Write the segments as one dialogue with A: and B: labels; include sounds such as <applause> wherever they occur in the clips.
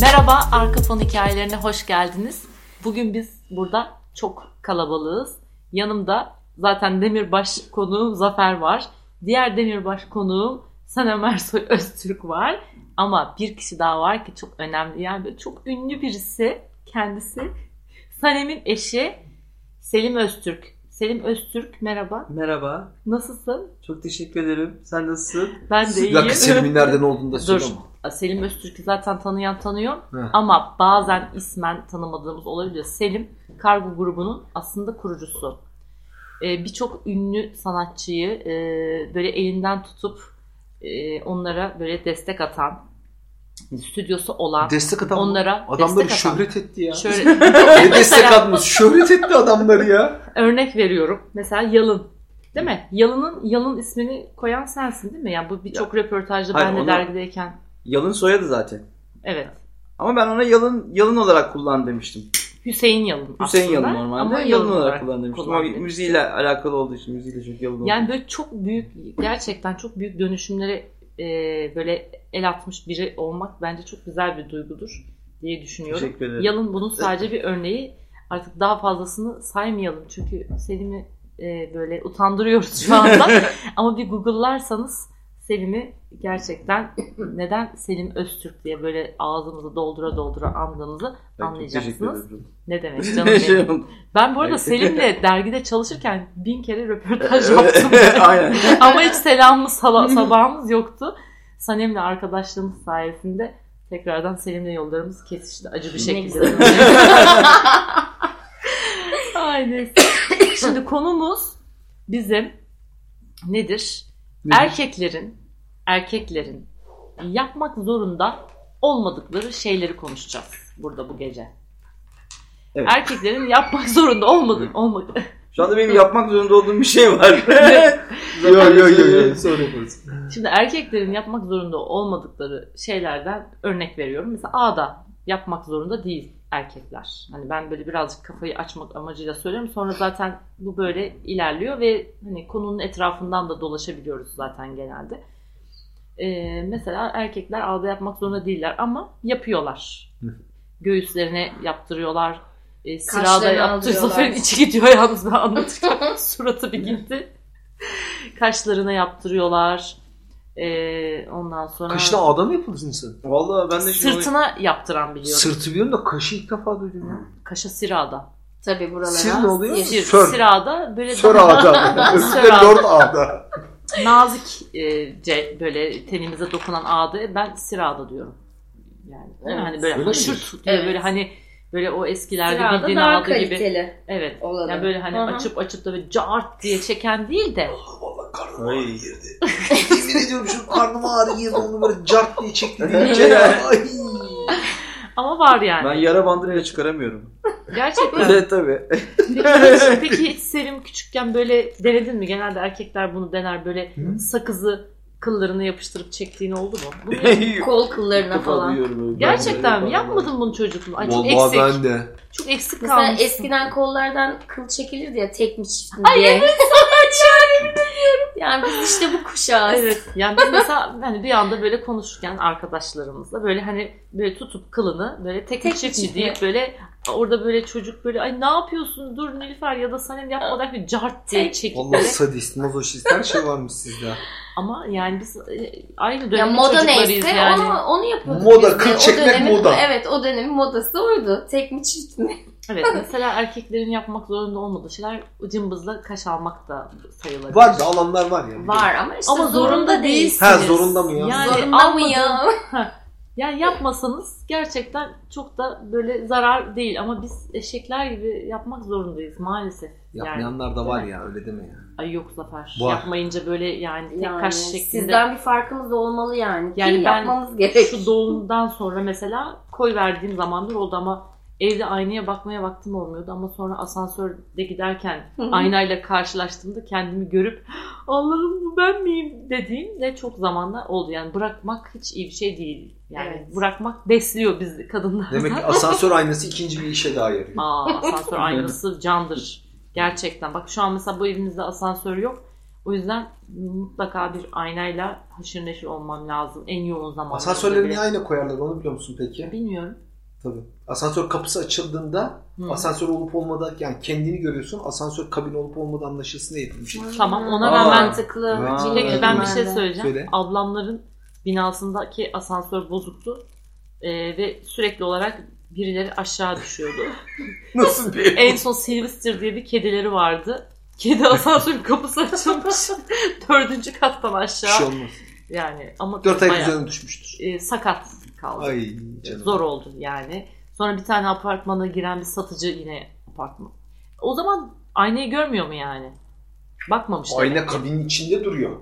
A: Merhaba, Arka Fon Hikayelerine hoş geldiniz. Bugün biz burada çok kalabalığız. Yanımda zaten Demirbaş konuğum Zafer var. Diğer Demirbaş konuğum Sanem Ersoy <laughs> Öztürk var. Ama bir kişi daha var ki çok önemli. Yani böyle çok ünlü birisi kendisi. Sanem'in eşi Selim Öztürk. Selim Öztürk merhaba.
B: Merhaba.
A: Nasılsın?
B: Çok teşekkür ederim. Sen nasılsın?
A: Ben de iyiyim.
C: Plak Selim'in nereden olduğunu da söyle
A: Dur.
C: ama.
A: Selim Öztürk'ü zaten tanıyan tanıyor.
C: Heh.
A: Ama bazen ismen tanımadığımız olabiliyor. Selim Kargo grubunun aslında kurucusu. Ee, Birçok ünlü sanatçıyı e, böyle elinden tutup e, onlara böyle destek atan, stüdyosu olan,
C: Destek adam.
A: onlara
C: Adamları
A: destek atan.
C: şöhret etti
A: <laughs>
C: ya. <laughs>
A: Şöyle
C: Ne destek
A: Mesela-
C: atmış? Şöhret etti adamları ya.
A: örnek veriyorum. Mesela Yalın. Değil mi? Yalın'ın Yalın ismini koyan sensin değil mi? Yani bu birçok röportajda
B: Hayır,
A: ben de
B: onu-
A: dergideyken.
B: Yalın soyadı zaten.
A: Evet.
B: Ama ben ona yalın yalın olarak kullan demiştim.
A: Hüseyin Yalın
B: Hüseyin
A: aslında.
B: Yalın normalde.
A: Ama
B: yalın, olarak, kullan demiştim.
A: kullan
B: Ama müziğiyle alakalı olduğu için müziğiyle çünkü yalın oldu.
A: Yani böyle çok büyük, gerçekten çok büyük dönüşümlere e, böyle el atmış biri olmak bence çok güzel bir duygudur diye düşünüyorum.
B: Teşekkür ederim. <laughs>
A: Yalın bunun sadece bir örneği. Artık daha fazlasını saymayalım çünkü Selim'i e, böyle utandırıyoruz
B: <laughs>
A: şu anda. Ama bir Google'larsanız Selim'i gerçekten neden Selim Öztürk diye böyle ağzımızı doldura doldura andığımızı
B: Ben çok
A: anlayacaksınız.
B: Teşekkür ederim.
A: Ne demek canım
B: <laughs>
A: benim.
B: Şey oldu.
A: Ben bu arada
B: Evet.
A: Selim'le dergide çalışırken bin kere röportaj yaptım.
B: <laughs> Aynen.
A: Ama hiç selamımız, sala- sabahımız yoktu. Sanem'le arkadaşlığımız sayesinde tekrardan Selim'le yollarımız kesişti acı bir şekilde. <laughs> Ay neyse. Şimdi konumuz bizim nedir?
B: Nedir?
A: Erkeklerin erkeklerin yapmak zorunda olmadıkları şeyleri konuşacağız burada bu gece.
B: Evet.
A: Erkeklerin yapmak zorunda olmadığı olmadığı
B: Şu anda benim yapmak zorunda olduğum bir şey
A: <laughs>
B: var.
C: Yo yo yo yo.
B: Sonra yaparız.
A: Şimdi erkeklerin yapmak zorunda olmadıkları şeylerden örnek veriyorum. Mesela ağda yapmak zorunda değil erkekler. Hani ben böyle birazcık kafayı açmak amacıyla söylüyorum. Sonra zaten bu böyle ilerliyor ve hani konunun etrafından da dolaşabiliyoruz zaten genelde. Ee, mesela erkekler ağda yapmak zorunda değiller ama yapıyorlar. Göğüslerine yaptırıyorlar. Ee, sırada
D: Kaşlarını
A: yaptırıyor.
D: alıyorlar.
A: Zafer'in <laughs> içi gidiyor yalnız ben anlatırken
D: <laughs>
A: suratı bir gitti. Kaşlarına yaptırıyorlar. Ee, ondan sonra
C: Kaşına şey adam yapılır insan.
B: Valla ben de şimdi...
A: sırtına yaptıran biliyorum.
C: Sırtı biliyorum da kaşı ilk defa duydum ya.
A: Kaşa sirada.
D: Tabii buralara.
C: Sir ne oluyor?
D: yeşil.
A: Sir,
C: Sör.
A: sirada böyle
C: Sör
A: daha
C: <laughs> ağda. Öbürü de
A: Sör ağda.
C: lord ağda.
A: nazikçe e, böyle tenimize dokunan ağda ben sirada diyorum. Yani değil mi? hani böyle
C: Öyle mi?
A: haşır diye
D: Evet.
A: böyle hani böyle o eskilerde
D: Sırada
A: bildiğin
D: daha
A: ağda gibi.
D: kaliteli
A: Evet.
D: olanı.
A: Yani böyle hani
D: Hı hı.
A: açıp açıp da böyle cart diye çeken değil de
C: Valla karnım ağrı
B: Ay.
C: girdi. Yemin ediyorum şu karnım ağrı girdi. Onu böyle cart diye çekti. deyince ya. Ay.
A: ama var yani.
B: Ben yara bandıyla çıkaramıyorum.
A: Gerçekten.
B: Evet
A: <laughs>
B: tabii.
A: Peki hiç, peki hiç Selim küçükken böyle denedin mi? Genelde erkekler bunu dener böyle
C: Hı?
A: sakızı kıllarını yapıştırıp çektiğin oldu mu? Bunu
D: Kol kıllarına
B: İlk defa
D: falan.
B: duyuyorum böyle.
A: gerçekten mi?
B: Böyle
A: Yapmadın bunu çocukluğunda. Ay, çok
C: Valla
A: eksik.
C: ben de.
A: Çok eksik
D: Mesela e-
A: kalmışsın.
D: eskiden kollardan kıl çekilirdi ya tekmiş diye. Ay evet Yani biz işte bu kuşağız.
A: <laughs> Evet. Yani biz mesela hani bir anda böyle konuşurken arkadaşlarımızla böyle hani böyle tutup kılını böyle tek
D: Tek
A: çift mi
D: çift
A: deyip böyle orada böyle çocuk böyle ay ne yapıyorsun dur Nilüfer ya da Sanem yapmadan bir cart diye
D: Tek-
A: çekip
C: Valla
A: böyle.
C: sadist, mazoşist her şey varmış sizde.
A: Ama yani biz e, aynı
D: Ya
A: dönemin
D: moda
A: çocuklarıyız
D: neyse
A: yani.
D: onu, onu yapıyorduk.
C: Moda,
D: biz de.
C: kıl
D: O
C: çekmek
D: dönemin-
C: moda.
D: Evet o dönemin modası oydu. Tekmiş çift mi?
A: Evet mesela erkeklerin yapmak zorunda olmadığı şeyler cımbızla kaş almak da sayılabilir.
C: Var da alanlar var ya.
D: Var ama işte
A: Ama zorunda değilsiniz.
C: Ha, zorunda mı ya?
A: Yani
D: Zorunda mı
A: almadığın-
D: ya?
A: Yani yapmasanız gerçekten çok da böyle zarar değil ama biz eşekler gibi yapmak zorundayız maalesef. Yani.
C: Yapmayanlar da var ya öyle deme ya.
A: Ay yok Zafer.
C: Var.
A: Yapmayınca böyle yani tek
D: Yani
A: kaş şeklinde.
D: Sizden bir farkımız olmalı yani. Ki
A: Yani ben-
D: yapmamız gerek.
A: Şu doğumdan sonra mesela koy verdiğim zamanlar oldu ama evde aynaya bakmaya vaktim olmuyordu ama sonra asansörde giderken
D: Hı hı. <laughs>
A: aynayla karşılaştığımda kendimi görüp Allah'ım bu ben miyim dediğim de çok zamanla oldu. Yani bırakmak hiç iyi bir şey değil. Yani
D: Evet.
A: bırakmak besliyor bizi kadınlar. <laughs>
C: Demek ki asansör aynası ikinci bir işe daha yarıyor.
A: Aa asansör aynası candır. Gerçekten. Bak şu an mesela bu evimizde asansör yok. O yüzden mutlaka bir aynayla haşır neşir olmam lazım. En yoğun zamanlarda.
C: Asansörleri
A: bile.
C: niye aynı koyarlar onu biliyor musun peki?
A: Bilmiyorum.
C: Tabii. Asansör kapısı açıldığında
A: Hı.
C: asansör olup olmadan yani kendini görüyorsun. Asansör kabin olup olmadan anlaşılsın diye yapılmış.
A: Tamam, ona
B: Aa.
A: rağmen
D: mantıklı.
B: Aa.
D: Çünkü
A: Peki ben bir şey
D: de-
A: söyleyeceğim.
C: Söyle.
A: Ablamların binasındaki asansör bozuktu. Ee, ve sürekli olarak birileri aşağı
C: <laughs>
A: düşüyordu.
B: Nasıl bir?
A: en son Sylvester diye bir kedileri vardı.
C: <laughs>
A: Kedi asansörün kapısı açılmış. Dördüncü kattan
C: Bir şey
A: aşağı.
C: olmaz.
A: Yani ama
C: Dört
A: bayağı,
C: ayak üzerine düşmüştür.
A: e, sakat kaldı.
C: Ay canım.
A: Zor oldu yani. Sonra bir tane apartmana giren bir satıcı yine apartman. O zaman aynayı görmüyor mu yani? Bakmamış demek.
C: Ayna kabinin içinde duruyor.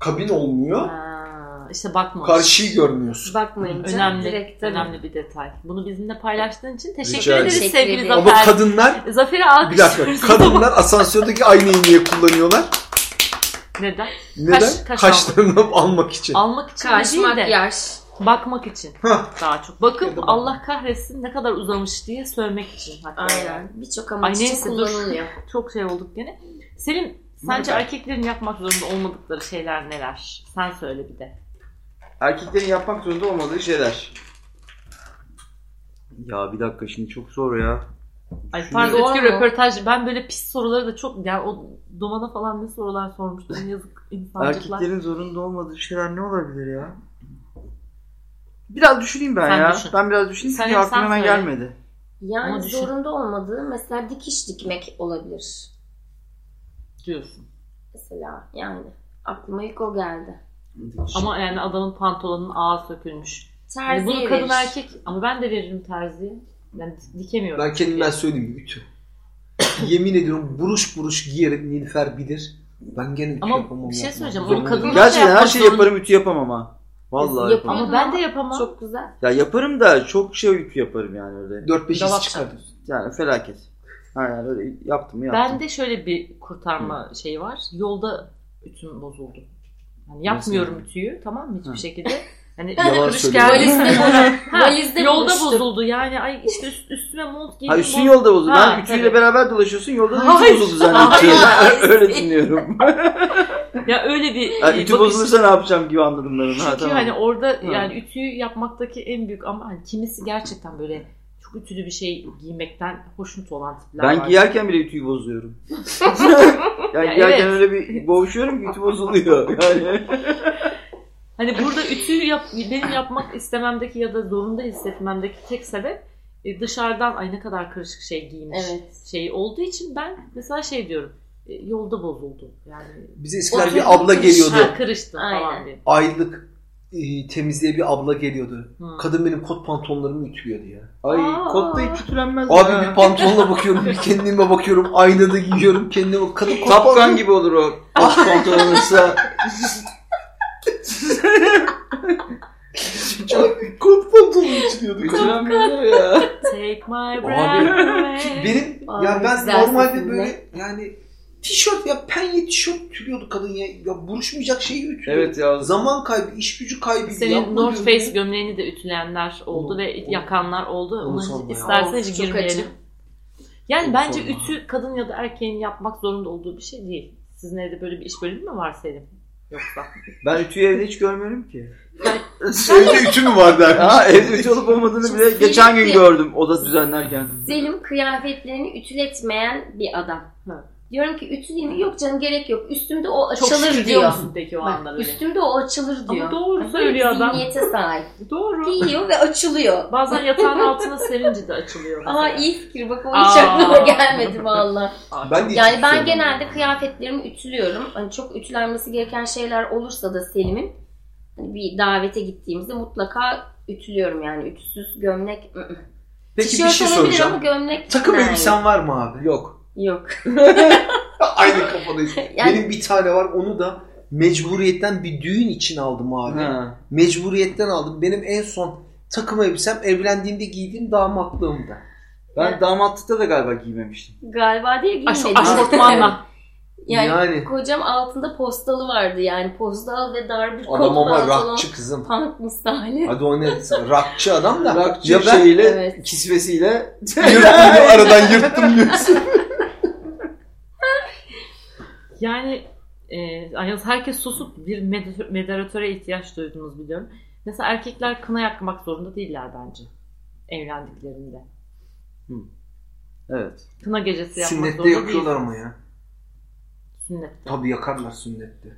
C: Kabin olmuyor.
A: Ha, işte bakmamış.
C: Karşıyı görmüyorsun.
D: Bakmayınca
A: Önemli,
D: direkt tabii.
A: önemli bir detay. Bunu bizimle paylaştığın için teşekkür
C: Rica
A: ederiz
D: ederim.
A: sevgili
D: Teşekkür ederim.
C: Ama
A: Zafer.
C: kadınlar
A: Zafer'i
C: bir dakika.
A: alkışlıyoruz.
C: Kadınlar asansördeki aynayı niye kullanıyorlar?
A: <laughs> Neden?
C: Neden?
A: kaş
C: Kaşlarını almak için.
A: Almak için de
D: Karşı
A: değil de
D: makyaj.
A: bakmak için
C: Hah.
A: daha çok. Bakın
C: Ya da bak-
A: Allah kahretsin ne kadar uzamış diye sövmek için. Hatta yani.
D: Aynen. Ee, Birçok amaç
A: Ay
D: için
A: neyse, dur.
D: kullanılıyor.
A: Çok şey olduk gene. Selim sence erkeklerin yapmak zorunda olmadıkları şeyler neler? Sen söyle bir de.
B: Erkeklerin yapmak zorunda olmadığı şeyler. Ya bir dakika şimdi çok zor ya.
A: Ay
B: Şimdi-
A: pardon
D: Doğru
A: öteki
D: mu?
A: röportaj. Ben böyle pis soruları da çok yani o domana falan ne sorular sormuştum yazık insancıklar.
B: Erkeklerin zorunda olmadığı şeyler ne olabilir ya? Biraz düşüneyim ben
A: Sen
B: ya.
A: düşün.
B: Ben biraz düşüneyim
A: Sen-
B: çünkü aklıma
A: sen
B: hemen
A: söyle.
B: gelmedi.
D: Yani
A: Ama düşün.
D: zorunda olmadığı mesela dikiş dikmek olabilir.
A: diyorsun.
D: Mesela yani aklıma ilk o geldi.
A: Ama yani adamın pantolonun ağı sökülmüş. Yani
D: Terziye
A: Hani bunu kadın
D: verir.
A: erkek ama ben de veririm terziye. Yani di- dikemiyorum.
C: Ben kendimden söyleyeyim bütün. <coughs> Yemin ediyorum buruş buruş giyerek Nilüfer bilir. Ben gene ütü
A: Ama
C: yapamam.
A: bir şey
C: yapmam.
A: söyleyeceğim,
C: Zor
A: onu kadın-
C: olur.
B: Gerçekten her
A: yapmak
B: şeyi
A: zorunda-
B: yaparım ütü yapamam ha. Vallahi
D: Yapıyor.
B: yapamam.
A: Ama ben de yapamam.
D: Çok güzel.
B: Ya yaparım da çok şey ütü yaparım yani öyle.
C: 4-5
A: Dolap
C: iz çıkar.
B: Yani felaket. Ha yani öyle yaptım mı yaptım.
A: Ben de şöyle bir kurtarma şeyi var. Yolda ütüm bozuldu. Yani yapmıyorum
B: yani?
A: ütüyü tamam mı hiçbir
B: Ha.
A: şekilde.
B: <laughs>
A: Hani
C: Yalan
A: kırış
C: söylüyor.
A: geldi.
D: Valizde
A: Ha,
D: Valizde
A: yolda
D: buluştuk.
A: bozuldu yani ay işte üst- üstüme mont giydim.
B: Ha üstün
A: mont-
B: yolda bozuldu.
A: Ha,
B: ben ütüyle
A: tabii.
B: beraber dolaşıyorsun yolda da
A: Hayır.
B: ütü bozuldu zannediyorum.
D: Hayır.
B: <laughs> öyle
A: <laughs>
B: dinliyorum.
A: Ya öyle bir
B: Ha,
A: e,
B: ütü
A: bakış.
B: bozulursa ne yapacağım gibi anladım ben onu.
A: Çünkü
B: Ha, tamam.
A: hani orada
B: Ha.
A: yani ütüyü yapmaktaki en büyük ama hani kimisi gerçekten böyle çok ütülü bir şey giymekten hoşnut olan tipler
B: ben
A: var.
B: giyerken bile ütüyü
A: <laughs>
B: bozuyorum. yani
A: Ya
B: giyerken
A: evet.
B: öyle bir boğuşuyorum ki ütü
A: <laughs>
B: bozuluyor. Yani.
A: Hani burada ütüyü yap, benim yapmak istememdeki ya da zorunda hissetmemdeki tek sebep e, dışarıdan ay ne kadar karışık şey giymiş
D: Evet.
A: şey olduğu için ben mesela şey diyorum e, yolda bozuldu yani
C: Bize eskiden bir
D: Oturduğum
C: abla
D: iş-
C: geliyordu.
A: ha, kırıştım falan
D: Aynen.
A: diye.
C: Aylık e, temizliğe bir abla geliyordu.
A: Hı.
C: Kadın benim kot pantolonlarımı ütülüyordu ya.
B: Ay
D: Aa.
B: kotta hiç ütülenmez. ya.
C: Abi bir pantolona bakıyorum, bir kendime bakıyorum, aynada giyiyorum, kendime bak. Kadın kot
B: Tapkan gibi olur <laughs> o.
C: Ah pantolonuysa. Çok kot pantolonu ütülüyordu.
B: Ütülenmiyor ya.
A: Take my breath away.
C: Benim
D: Ay,
C: ya ben
D: güzel
C: normalde
D: sesinde.
C: böyle yani tişört ya penye tişört ütülüyordu kadın ya. Ya buruşmayacak şeyi ütülüyordu.
B: Evet ya.
C: Zaman kaybı, iş gücü kaybı.
A: Senin
C: yapma
A: North
C: diyorum
A: Face
C: ya.
A: gömleğini de ütülenler oldu
C: Onu-
A: ve
C: onu-
A: yakanlar oldu.
C: onu
A: Ona hiç
C: sorma ya.
A: istersen
D: Of,
A: hiç
D: çok
A: girmeyelim.
D: acı.
A: Yani
C: Onu
A: bence
C: sorma.
A: ütü kadın ya da erkeğin yapmak zorunda olduğu bir şey değil. Sizin evde böyle bir iş bölümü mü var Selim? Yoksa.
B: Ben ütüyü evde hiç görmüyorum ki.
C: Evde ütü mü var dermiş.
B: Ha evde ütü olup olmadığını
D: Şimdi
B: bile geçen gün
D: Filip'te-
B: gördüm oda düzenlerken.
D: Selim kıyafetlerini ütületmeyen bir adam.
A: Hı.
D: Diyorum ki ütüleyeyim mi? Yok canım gerek yok. Üstümde o
A: Çok
D: açılır
A: şükür diyor
D: diyor.
A: musun peki o
D: Bak,
A: anda böyle?
D: üstümde o açılır diyor.
A: Ama doğru
D: Böyle
A: söylüyor
D: bir
A: adam.
D: Zihniyete sahip.
A: Doğru.
D: Giyiyor ve
A: <laughs>
D: açılıyor.
A: Bazen yatağın altına serince de açılıyor. mesela.
D: Aa iyi fikir bak o
A: Aa.
D: hiç aklıma gelmedi valla.
A: Aa,
C: Ben de
D: Yani
C: ütü
D: ben
C: tutuyorum.
D: genelde kıyafetlerimi ütülüyorum. Hani çok ütülenmesi gereken şeyler olursa da Selim'in hani bir davete gittiğimizde mutlaka ütülüyorum yani ütüsüz gömlek. ı ı.
C: Peki bir
D: Tişört
C: şey
D: olabilir ama
C: soracağım.
D: gömlek.
C: Takım
D: Hayır.
C: elbisen var mı abi?
B: Yok.
D: Yok. <laughs>
C: Aynı
A: <laughs>
C: kafadayız.
D: Yani-
C: Benim bir tane var onu da mecburiyetten bir düğün için aldım abi.
B: Ha.
C: Mecburiyetten aldım. Benim en son takım elbisem evlendiğimde giydiğim damatlığımda.
B: Ben damatlıkta da galiba
E: <laughs>
B: giymemiştim.
D: Galiba değil
A: Aş-
D: giymedim.
A: aşortmanla.
D: <laughs> Yani,
C: Yani.
D: kocam altında postalı vardı yani. Postal ve dar bir
C: Adam
D: kot
C: ama
D: pantolon.
C: rakçı kızım.
D: Punk misali.
C: Hadi o ne? Rakçı adam da.
B: Rakçı
C: ya ben
B: şeyle,
D: Evet.
C: <laughs>
B: kisvesiyle.
C: yırttım ya, aradan yırttım diyorsun.
A: Yani e, e, yalnız herkes susup bir mede- moderatöre ihtiyaç duyduğunuzu biliyorum. Mesela erkekler kına yakmak zorunda değiller bence evlendiklerinde.
E: <laughs> Evet.
A: Kına gecesi yapmak
C: Sünnette
A: zorunda değil.
C: yakıyorlar ama ya.
A: Sünnet.
C: Tabii yakarlar sünnette.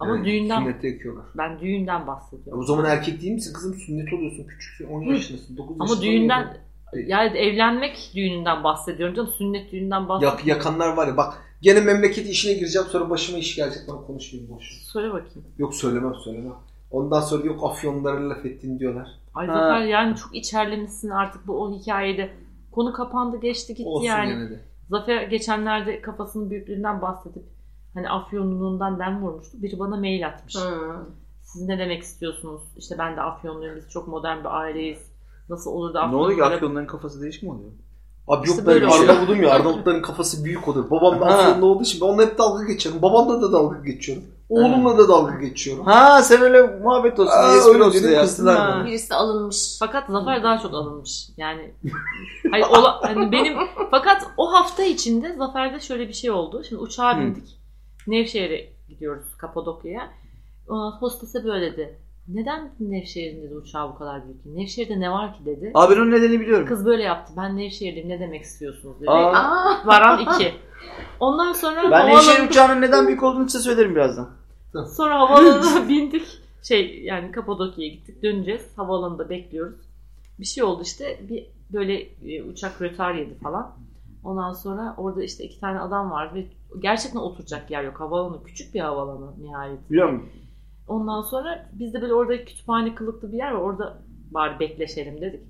A: Ama
C: Evet,
A: düğünden
C: Sünnette yakıyorlar.
A: ben düğünden
C: Ya o
A: bahsediyorum.
C: zaman erkek değil misin kızım? Sünnet oluyorsun. Küçüksün. 10 yaşındasın. 9
A: Ama
C: yaşında
A: düğünden yani evlenmek düğününden bahsediyorum canım. Sünnet düğünden bahsediyorum.
C: Yak, yakanlar var ya bak gene memleket işine gireceğim sonra başıma iş gelecek lan konuşmayayım boş.
A: Söyle bakayım.
C: Yok söylemem söylemem. Ondan sonra yok afyonlara laf ettin diyorlar.
A: Ay
E: Ha.
A: Zafer yani çok içerlemişsin artık bu o hikayede. Konu kapandı geçti gitti
C: Olsun
A: yani.
C: gene de.
A: Zafer geçenlerde kafasının büyüklüğünden bahsedip hani afyonluluğundan dem vurmuştu. Biri bana mail atmış.
D: Hı.
A: Siz ne demek istiyorsunuz? İşte ben de afyonluyum. Biz çok modern bir aileyiz. Nasıl olur da
E: Ne oluyor ki
A: afyonlulara
E: afyonların kafası değişik mi oluyor?
C: Abi yok
A: İşte
C: ben
A: böyle oluyor.
C: Arnavut'um ya Arnavutların kafası büyük olur. Babam da
E: Ha.
C: afyonlu olduğu için ben onunla hep dalga geçiyorum. Babamla da dalga geçiyorum. Oğlumla da dalga geçiyorum.
E: Ha sen öyle muhabbet olsun.
C: Aa,
E: diye espri
C: öyle
E: olsun
C: dedim,
E: diye
C: kızdılar
E: yaptın.
C: bana.
E: Ha.
D: Birisi alınmış.
A: Fakat Zafer daha çok alınmış. Yani hayır, ola-
E: <laughs>
A: hani benim fakat o hafta içinde Zafer'de şöyle bir şey oldu. Şimdi uçağa
E: Hı.
A: bindik. Nevşehir'e gidiyoruz Kapadokya'ya. Ondan sonra Hostese böyle dedi. Neden Nevşehir'in dedi uçağı bu kadar büyük? Nevşehir'de ne var ki dedi.
E: Abi ben onun nedenini biliyorum.
A: Kız böyle yaptı. Ben Nevşehir'liyim ne demek istiyorsunuz dedi.
E: Aa.
C: <laughs>
D: Aa,
A: Varan iki. Ondan sonra
E: Ben Nevşehir
A: havaalanı-
E: uçağının neden büyük olduğunu size söylerim birazdan.
A: Sonra havaalanına <laughs> bindik. Şey yani Kapadokya'ya gittik. Döneceğiz. Havaalanında bekliyoruz. Bir şey oldu işte. Bir böyle e, uçak rötar yedi falan. Ondan sonra orada işte iki tane adam vardı ve gerçekten oturacak yer yok. Havaalanı küçük bir havaalanı nihayetinde.
E: Biliyor musun?
A: Ondan sonra biz de böyle orada kütüphane kılıklı bir yer var. Orada bari bekleşelim dedik.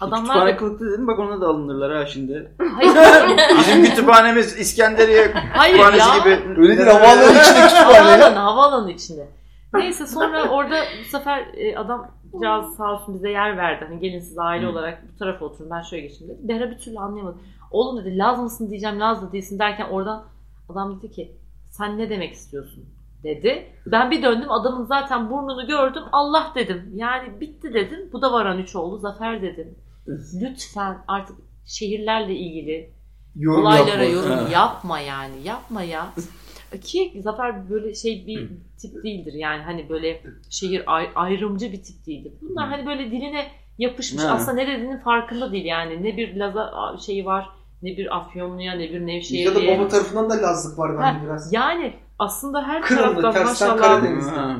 A: Adamlar
E: Kütüphane
A: da,
E: kılıklı dedin bak ona da alınırlar
A: <laughs>
E: ha şimdi.
A: hayır,
E: Bizim kütüphanemiz İskenderiye
A: hayır
E: kütüphanesi
A: ya.
E: gibi.
C: Öyle değil havaalanı
A: <laughs>
C: içinde kütüphane.
A: Havaalanı, havaalanı içinde. Neyse sonra orada bu sefer e, adam biraz sağ olsun bize yer verdi. Hani gelin siz aile
E: Hı.
A: olarak bu tarafa oturun ben şöyle geçeyim dedi. Behra bir türlü anlayamadı. Oğlum dedi Laz mısın diyeceğim Laz da değilsin derken oradan adam dedi ki sen ne demek istiyorsun dedi. Ben bir döndüm adamın zaten burnunu gördüm Allah dedim. Yani bitti dedim. Bu da varan üç oldu Zafer dedim. Lütfen artık şehirlerle ilgili
C: Yorum
A: olaylara
C: yapma.
A: yorum yapma yani yapma ya. Ki Zafer böyle şey bir tip değildir yani hani böyle şehir ay- ayrımcı bir tip değildir. Bunlar hani böyle diline yapışmış
E: Ha.
A: aslında ne dediğinin farkında değil yani ne bir Laza şeyi var ne bir Afyonlu'ya ne bir
C: Ya da baba
A: Nevşehirli'ye.
C: tarafından da lazlık var
A: Şey, Ha,
C: bende biraz.
A: Yani aslında her
C: Kırıldı,
A: taraftan
C: tersten
A: maşallah.
C: Karadeniz.
E: Ha.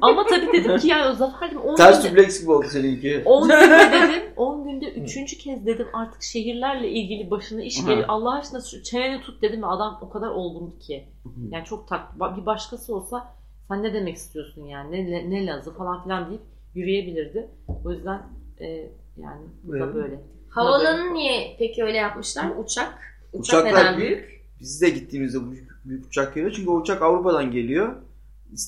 A: Ama tabii dedim ki yani
C: <laughs>
A: Zafer'cim 10
E: Ters
A: günde,
E: dubleks gibi oldu seninki. <laughs>
A: 10 günde dedim 10 günde 3. kez dedim artık şehirlerle ilgili başına iş
E: Ha.
A: geliyor. Allah aşkına şu çeneni tut dedim ve adam o kadar olgundu ki. Yani çok tak ba- bir başkası olsa sen ne demek istiyorsun yani ne, ne, ne lazı falan filan deyip yürüyebilirdi. O yüzden e, yani bu da
C: Evet.
A: böyle.
D: havalanı niye peki öyle yapmışlar? Uçak. Uçak
E: Uçaklar
D: neden
E: büyük.
D: büyük?
E: Biz de gittiğimizde bu büyük, büyük uçak geliyor. Çünkü o uçak Avrupa'dan geliyor.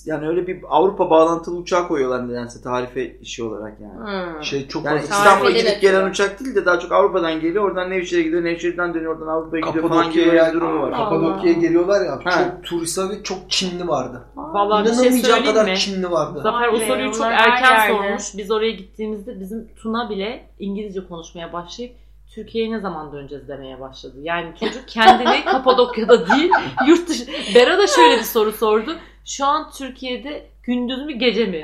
E: Yani öyle bir Avrupa bağlantılı uçağı koyuyorlar nedense tarife işi olarak yani.
D: Hı.
C: Şey çok
E: Yani
C: fazla.
E: İstanbul'a
D: Tarifeli
E: gidip
D: de
E: gelen
D: diyor.
E: uçak değil de daha çok Avrupa'dan geliyor. Oradan Nevşehir'e gidiyor. Nevşehir'den dönüyor. Oradan Avrupa'ya gidiyor falan gibi böyle
C: Kapadokya'ya
E: bir durumu var.
D: Allah.
C: Kapadokya'ya geliyorlar ya.
E: Ha.
C: Çok turist var ve çok Çinli vardı.
A: Vallahi bir şey
C: İnanamayacağım
A: söyleyeyim
C: kadar
A: mi?
C: Çinli vardı.
A: Zafer o
D: Vay be,
A: soruyu çok
D: onlar her
A: erken
D: yerde.
A: sormuş. Biz oraya gittiğimizde bizim Tuna bile İngilizce konuşmaya başlayıp Türkiye'ye ne zaman döneceğiz demeye başladı. Yani çocuk
D: <laughs>
A: kendini Kapadokya'da değil yurt dışı. Bera da şöyle bir soru sordu. Şu an Türkiye'de gündüz mü gece mi?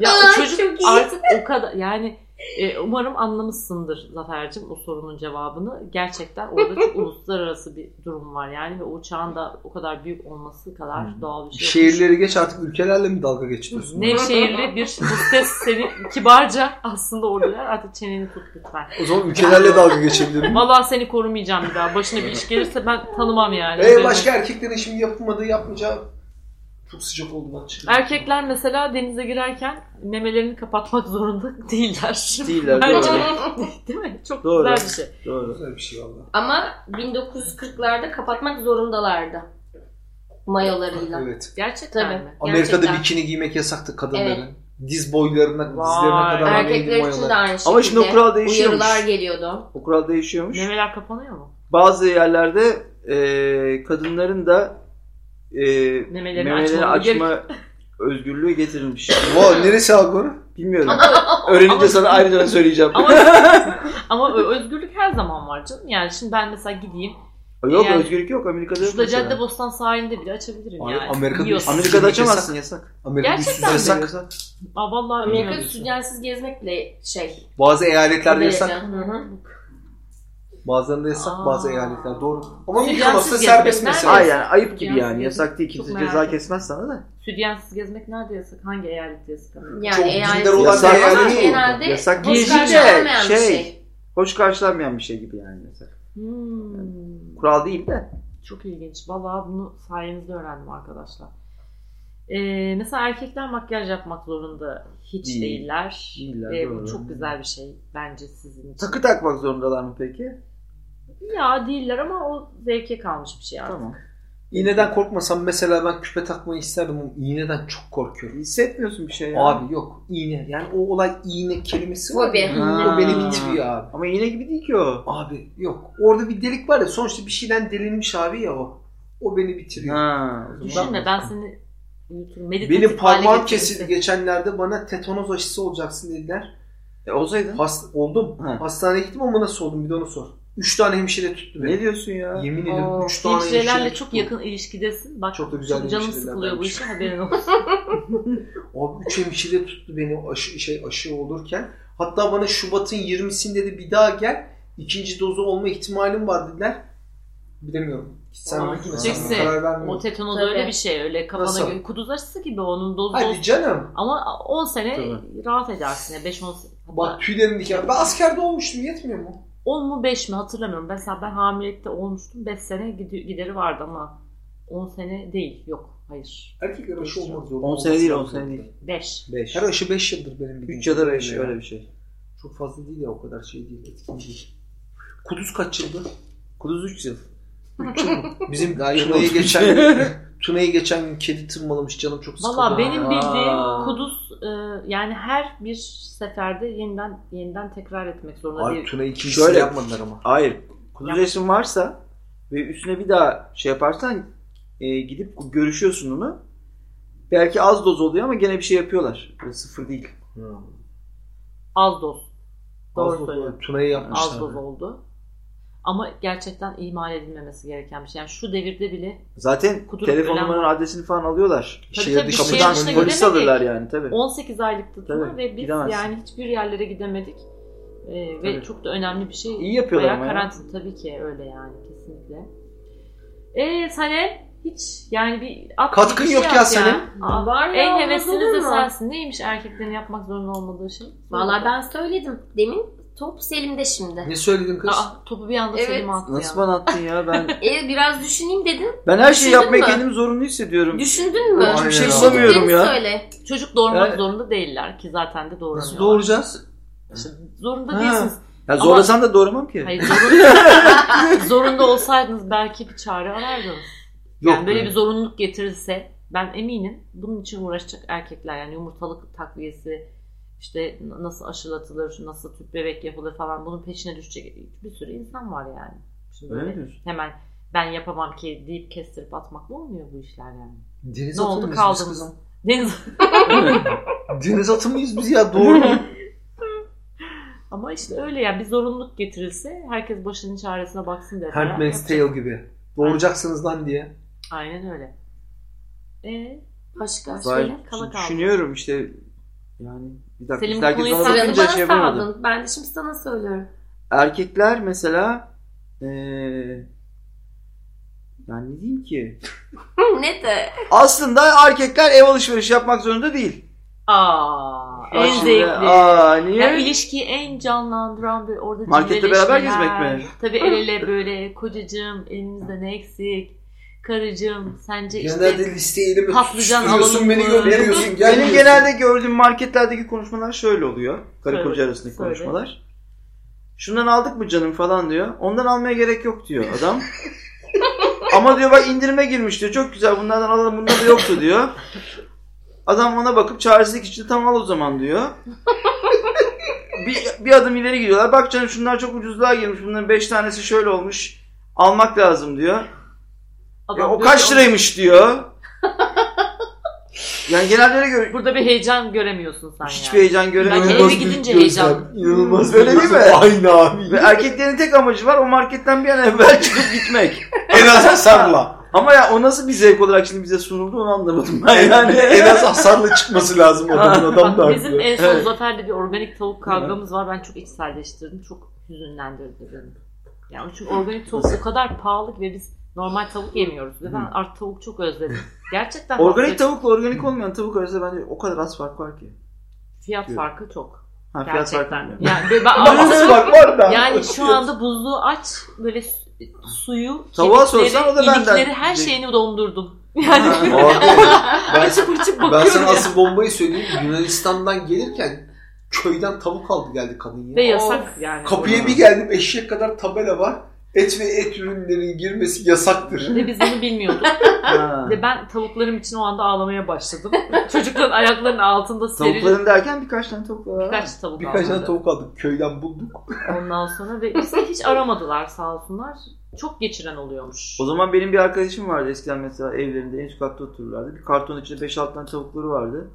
A: Ya
D: Ay,
A: o çocuk
D: çok iyi.
A: artık o kadar yani e, umarım anlamışsındır Zafer'cim o sorunun cevabını. Gerçekten orada
D: <laughs>
A: çok uluslararası bir durum var yani ve o uçağın da o kadar büyük olması kadar doğal bir şey. yok.
C: Şehirleri geç artık ülkelerle mi dalga geçiyorsun?
A: Nevşehirli bir hostes seni kibarca aslında oradalar artık çeneni tut lütfen.
C: O zaman ülkelerle dalga
A: <laughs>
C: geçebilirim.
A: Vallahi seni korumayacağım bir daha. Başına bir iş gelirse ben tanımam yani.
C: Ee, başka erkeklerin şimdi yapılmadığı yapmayacağı çok sıcak oldu lan.
A: Erkekler mesela denize girerken memelerini kapatmak zorunda değiller. <laughs>
E: <laughs> Değiller,
A: Bence-
D: doğru.
A: Değil mi? Çok
E: Doğru.
A: güzel bir şey.
E: Doğru.
C: Güzel bir şey valla.
D: Ama 1940'larda kapatmak zorundalardı. Mayolarıyla.
C: Evet.
A: Gerçekten
D: Tabii.
A: mi?
C: Amerika'da
D: Gerçekten.
C: bikini giymek yasaktı kadınların. Diz boylarına,
A: Vay.
C: dizlerine kadar
D: Erkekler için de aynı şekilde.
E: Ama şimdi o kural değişiyormuş.
D: Uyarılar geliyordu.
E: O kural değişiyormuş.
A: Memeler kapanıyor mu?
E: Bazı yerlerde e, kadınların da e,
A: Memelerini
E: memeleri
A: açmaları
E: açma özgürlüğü
D: <laughs>
E: getirilmiş.
C: Vay neresi abi bunu?
E: Bilmiyorum. Öğrenince
A: Ama-
E: sana ayrıca söyleyeceğim.
A: Ama ama ö- özgürlük her zaman var canım. Yani şimdi ben mesela gideyim
E: Yok
A: Yani-
E: özgürlük yok Amerika'da yok.
A: Şurada
E: mesela.
A: Caddebostan sahilinde bile açabilirim
C: Abi
A: yani.
C: Amerika'da
A: Yiyorsun.
E: Amerika'da açamazsın yasak.
C: Amerika
A: Gerçekten
C: üstünden
A: mi?
C: yasak.
E: Yasak.
A: Aa, vallahi
D: Amerika'da
A: bilmiyorum.
D: stüdyensiz gezmek bile şey.
C: Bazı eyaletlerde
D: bu
C: yasak.
D: derece. Hı hı.
C: Bazılarında yasak
A: Aa.
C: bazı eyaletler. Doğru. Ama
A: Siz
C: yıkamazsa
A: yansız
C: serbest
A: gezmek
C: mesela.
E: Hayır yani ayıp gibi
A: Yasak.
E: yani. Yasak değil.
A: Çok
E: Kimse
A: merak
E: ceza
A: ettim.
E: kesmez sana da.
A: Stüdyensiz gezmek nerede yasak? Hangi eyalette yasak?
D: Yani
C: Çok
D: eyalet-
C: dindar olan
D: Yasak
E: bir eyalet
D: ama
E: değil.
D: genelde
E: Yasak
D: hoş
A: değil.
D: karşılanmayan bir
E: Şey,
D: şey.
E: Hoş karşılanmayan bir şey gibi yani yasak.
A: Hmm.
E: Kural değil de.
A: Çok ilginç. Vallahi bunu sayenizde öğrendim arkadaşlar. Ee, mesela erkekler makyaj yapmak zorunda hiç
E: Değil.
A: değiller.
E: Değiller,
A: Ee, bu
E: doğru.
A: çok güzel bir şey bence sizin için.
E: Takı takmak zorundalar mı peki?
A: Ya değiller ama o zevke kalmış bir şey artık.
E: Tamam.
C: İğneden korkmasam mesela ben küpe takmayı isterdim ama iğneden çok korkuyorum.
E: Hissetmiyorsun bir şey ya.
C: Abi yok iğne yani o olay iğne kelimesi var.
A: Eh,
D: Fobi.
C: ya, O beni bitiriyor abi.
E: Ama iğne gibi değil ki o.
C: Abi yok. Orada bir delik var ya sonuçta bir şeyden delinmiş abi ya o. O beni bitiriyor.
E: Ha, o zaman-
A: Düşünme ben seni unuturum. Meditatif hale
C: Benim parmağım
A: getirirsin.
C: kesildi geçenlerde bana tetanoz aşısı olacaksın dediler.
E: E, olsaydın.
C: Hast oldum.
E: Ha.
C: Hastaneye gittim ama nasıl oldum bir de onu sor. Üç tane hemşire tuttu beni.
E: Ne diyorsun ya?
C: Yemin
A: Oo,
C: ediyorum üç tane
A: hemşirelerle
C: hemşire
A: çok
C: tuttu.
A: yakın ilişkidesin. Bak
C: Çok da güzel
A: çok canım
C: hemşireler
A: sıkılıyor bu
C: varmış.
A: işe haberin olsun.
C: Abi üç hemşire tuttu beni aşı, şey, aşı olurken. Hatta bana Şubat'ın 20'sinde de bir daha gel. ikinci dozu olma ihtimalim var dediler. Bilemiyorum. Gitsem
A: Aa,
C: mi gitmesem mi?
A: gideceksin.
C: karar vermiyorum.
A: o tetanoz
D: Tabii.
A: öyle bir şey. Öyle kafana
C: Nasıl?
A: göre. Kuduz aşısı gibi onun dozu dozu.
C: Hadi canım.
A: Ama 10 sene
E: Tabii.
A: rahat edersin. 5-10
C: Bak tüylerim diken. Ben askerde olmuştum yetmiyor mu?
A: 10 mu 5 mi hatırlamıyorum. Mesela ben hamilelikte olmuştum. 5 sene gidi- gideri vardı ama 10 sene değil. Yok. Hayır.
C: Erkekler aşı olmak zorunda.
E: 10 sene değil 10 sene değil.
A: 5.
E: 5.
C: Her aşı 5 yıldır benim bildiğim.
E: 3 ya da 5
C: kadarıyla ya.
E: öyle bir şey.
C: Çok fazla değil ya o kadar şey değil. Etkin değil. Kuduz kaç yıldır?
E: Kuduz 3 yıl.
A: <laughs>
C: Bizim
E: Daha yeni
C: Tuna'yı
E: oldu. <laughs>
C: geçen Tuna'yı geçen gün kedi tırmalamış canım çok sıkıldı.
A: Valla benim
E: Aa.
A: bildiğim Kuduz e, yani her bir seferde yeniden yeniden tekrar etmek zorunda
C: Abi
A: değil.
C: Tuna'yı ikinci
E: Şöyle-
C: yapmadılar ama.
E: Hayır. Kuduz yaşın varsa ve üstüne bir daha şey yaparsan e, gidip görüşüyorsun onu. Belki az doz oluyor ama gene bir şey yapıyorlar. Böyle sıfır değil.
A: Az doz. Doğru
C: Az
A: söylüyorsun.
C: doz- Tuna'yı
A: Az doz
C: yapmışlar.
A: oldu. Ama gerçekten ihmal edilmemesi gereken bir şey. Yani şu devirde bile
E: Zaten
A: Kuduz
E: telefon
A: falan
E: numaranın adresini falan alıyorlar.
A: Tabii şey
C: Şehir
A: tabii,
C: dışı-
A: şehir
E: Kapıdan
A: dışına
E: Şey polis
A: gidemedik.
E: alırlar yani tabii.
A: 18 aylıktı Tuna
E: Tabii,
A: ve biz
E: gidemezsin.
A: yani hiçbir yerlere gidemedik. Ee, ve
E: Tabii.
A: çok da önemli bir şey.
E: İyi yapıyorlar
A: Bayağı
E: ama ya.
A: karantina tabii ki öyle yani kesinlikle. Ee Sane hiç yani bir at
C: Katkın
A: gibi bir
C: yok
A: yap
C: ya Sanem.
A: Aa,
D: Var ya,
A: en
D: olmaz
A: hevesliniz
D: olur
A: de
D: mu?
A: sensin. Neymiş erkeklerin yapmak zorunda olmadığı şey?
D: Valla ben söyledim. Demin top Selim'de şimdi.
C: Ne söyledin kız?
A: Aa, topu bir anda
D: Evet.
A: Selim'e attı
E: Nasıl
A: ya.
E: bana attın ya ben
D: E, biraz düşüneyim dedim.
E: <laughs> ben her şeyi
D: Düşündün
E: yapmaya
D: mü?
E: kendimi zorunlu hissediyorum.
D: Düşündün mü?
C: Aynen.
E: Hiçbir şey
C: Düşündün
E: bulamıyorum
D: Düşündüklerini
E: ya.
D: Söyle.
A: Çocuk doğurmak
E: Yani-
A: zorunda değiller ki zaten de doğuramıyorlar.
C: Nasıl doğuracağız?
A: İşte zorunda
E: Ha.
A: değilsiniz.
E: Ya zorlasan da doğuramam ki. <laughs>
A: Hayır zorunda, <laughs> zorunda olsaydınız belki bir çare arardınız. Yani
E: Yok
A: böyle
E: be.
A: bir zorunluluk getirirse ben eminim bunun için uğraşacak erkekler yani yumurtalık takviyesi işte n- nasıl aşılatılır, nasıl tüp bebek yapılır falan bunun peşine düşecek bir sürü insan var yani. Şimdi
E: Öyle mi
A: böyle
E: <laughs> diyorsun?
A: hemen ben yapamam ki deyip kestirip atmakla olmuyor bu işler yani. <laughs>
C: Deniz
A: Ne
C: atı
A: oldu
C: mıyız biz
A: kaldınız?
C: kızım?
A: Deniz
C: Deniz atı mıyız biz ya
A: <laughs>
C: doğru mu?
A: ama işte öyle yani bir zorunluluk getirilse herkes başının çaresine baksın deseler.
C: Handmaid's
A: yapacak.
C: Tale gibi. Doğuracaksınız lan diye.
A: Aynen öyle. E,
D: Başka söyle.
E: Ben
A: kala kaldı.
E: düşünüyorum işte yani bir dakika
A: Selim
E: Selim,
A: bu
E: herkes
A: konuyu
E: ona
A: sıradan
E: bakınca
D: Sıranı
E: şey
D: bana
E: yapamadım.
D: sağladın. Ben de şimdi sana söylüyorum.
E: Erkekler mesela eee yani ne diyeyim ki?
D: ne de.
E: Aslında erkekler ev alışverişi yapmak zorunda değil.
A: aa,
E: Bak
A: en
E: şimdi,
A: zevkli.
E: Aa niye?
A: Yani ilişkiyi en canlandıran bir orada
E: Markette
A: cimrileşmeler.
E: beraber gezmek mi?
A: Tabii el
E: <laughs>
A: ele böyle kocacığım elimizde ne eksik? Karıcığım sence işte
C: Genelde listeyi elime
A: patlıcan
C: tutuşturuyorsun
A: alalım
C: beni
A: mı?
C: gönderiyorsun. Gel
E: Benim genelde gördüğüm marketlerdeki konuşmalar şöyle oluyor. Karı
A: Söyle,
E: koca arasındaki
A: söyle.
E: konuşmalar. Şundan aldık mı canım falan diyor. Ondan almaya gerek yok diyor
A: <laughs>
E: adam. Ama diyor bak indirime girmiş diyor. Çok güzel bunlardan alalım bunda da yoktu diyor. Adam ona bakıp çaresizlik içinde tamam al o zaman
A: <laughs>
E: diyor. bir, bir adım ileri gidiyorlar. Bak canım şunlar çok ucuzluğa girmiş. Bunların 5 tanesi şöyle olmuş. Almak lazım diyor.
A: adam
E: Ya o
A: böyle <laughs>
E: kaç liraymış diyor. Yani genelde öyle gör
A: Burada bir heyecan göremiyorsun sen
E: hiçbir
A: yani.
E: heyecan göremiyorum.
A: Ben eve gidince heyecan.
C: İnanılmaz.
E: Öyle değil mi?
C: Aynı abi.
E: Ve erkeklerin tek amacı var o marketten bir an evvel <laughs> çıkıp gitmek.
C: en
A: <laughs>
C: az hasarla.
E: Ama ya o nasıl bir zevk olarak şimdi bize sunuldu onu anlamadım ben yani.
C: en az hasarla çıkması
E: <laughs>
C: lazım adamın. Adam da
A: Bak, bizim
C: haklı.
A: en son
E: Evet.
A: Zafer'de bir organik tavuk kavgamız var. Ben çok içselleştirdim. Çok hüzünlendirdi beni. Yani çünkü organik tavuk o kadar pahalı ki ve biz normal tavuk yemiyoruz. Ve ben artık tavuk çok özledim. Gerçekten
E: organik
A: hasret-
E: tavukla organik olmayan tavuk arasında bence o kadar az fark var ki.
A: fiyat farkı çok.
E: Ha, fiyat farkı
A: Gerçekten.
E: mı?
A: Yani, ve
E: <laughs>
A: ben,
C: Nasıl bak var da.
A: yani şu anda buzluğu aç böyle su- suyu,
E: Tavuğa
A: kemikleri,
E: sorsan o da benden
A: ilikleri, her
E: diyecek.
A: şeyini dondurdum. <laughs> Yani
C: Abi, ben,
A: fırçıp fırçıp <laughs>
C: ben
A: bakıyorum
C: sana
A: ya.
C: asıl bombayı söyleyeyim. Yunanistan'dan gelirken köyden tavuk aldı geldi kadın
A: Ve
C: ya.
A: yasak yani.
C: Kapıya bir geldim eşek kadar tabela var. Et ve et ürünlerinin girmesi yasaktır.
A: Ve biz bunu bilmiyorduk. <laughs>
E: Ha.
A: Ve ben tavuklarım için o anda ağlamaya başladım. <laughs> Çocukların ayaklarının altında serili
E: Tavukların derken birkaç tane tavuk var.
A: birkaç tavuk
C: Birkaç tane
A: aldık.
C: tavuk aldık. Köyden bulduk.
A: Ondan sonra ve bizi hiç aramadılar sağ olsunlar. Çok geçiren oluyormuş.
E: O zaman benim bir arkadaşım vardı eskiden mesela evlerinde en üst katta otururlardı. Bir kartonun içinde 5-6 tane tavukları vardı.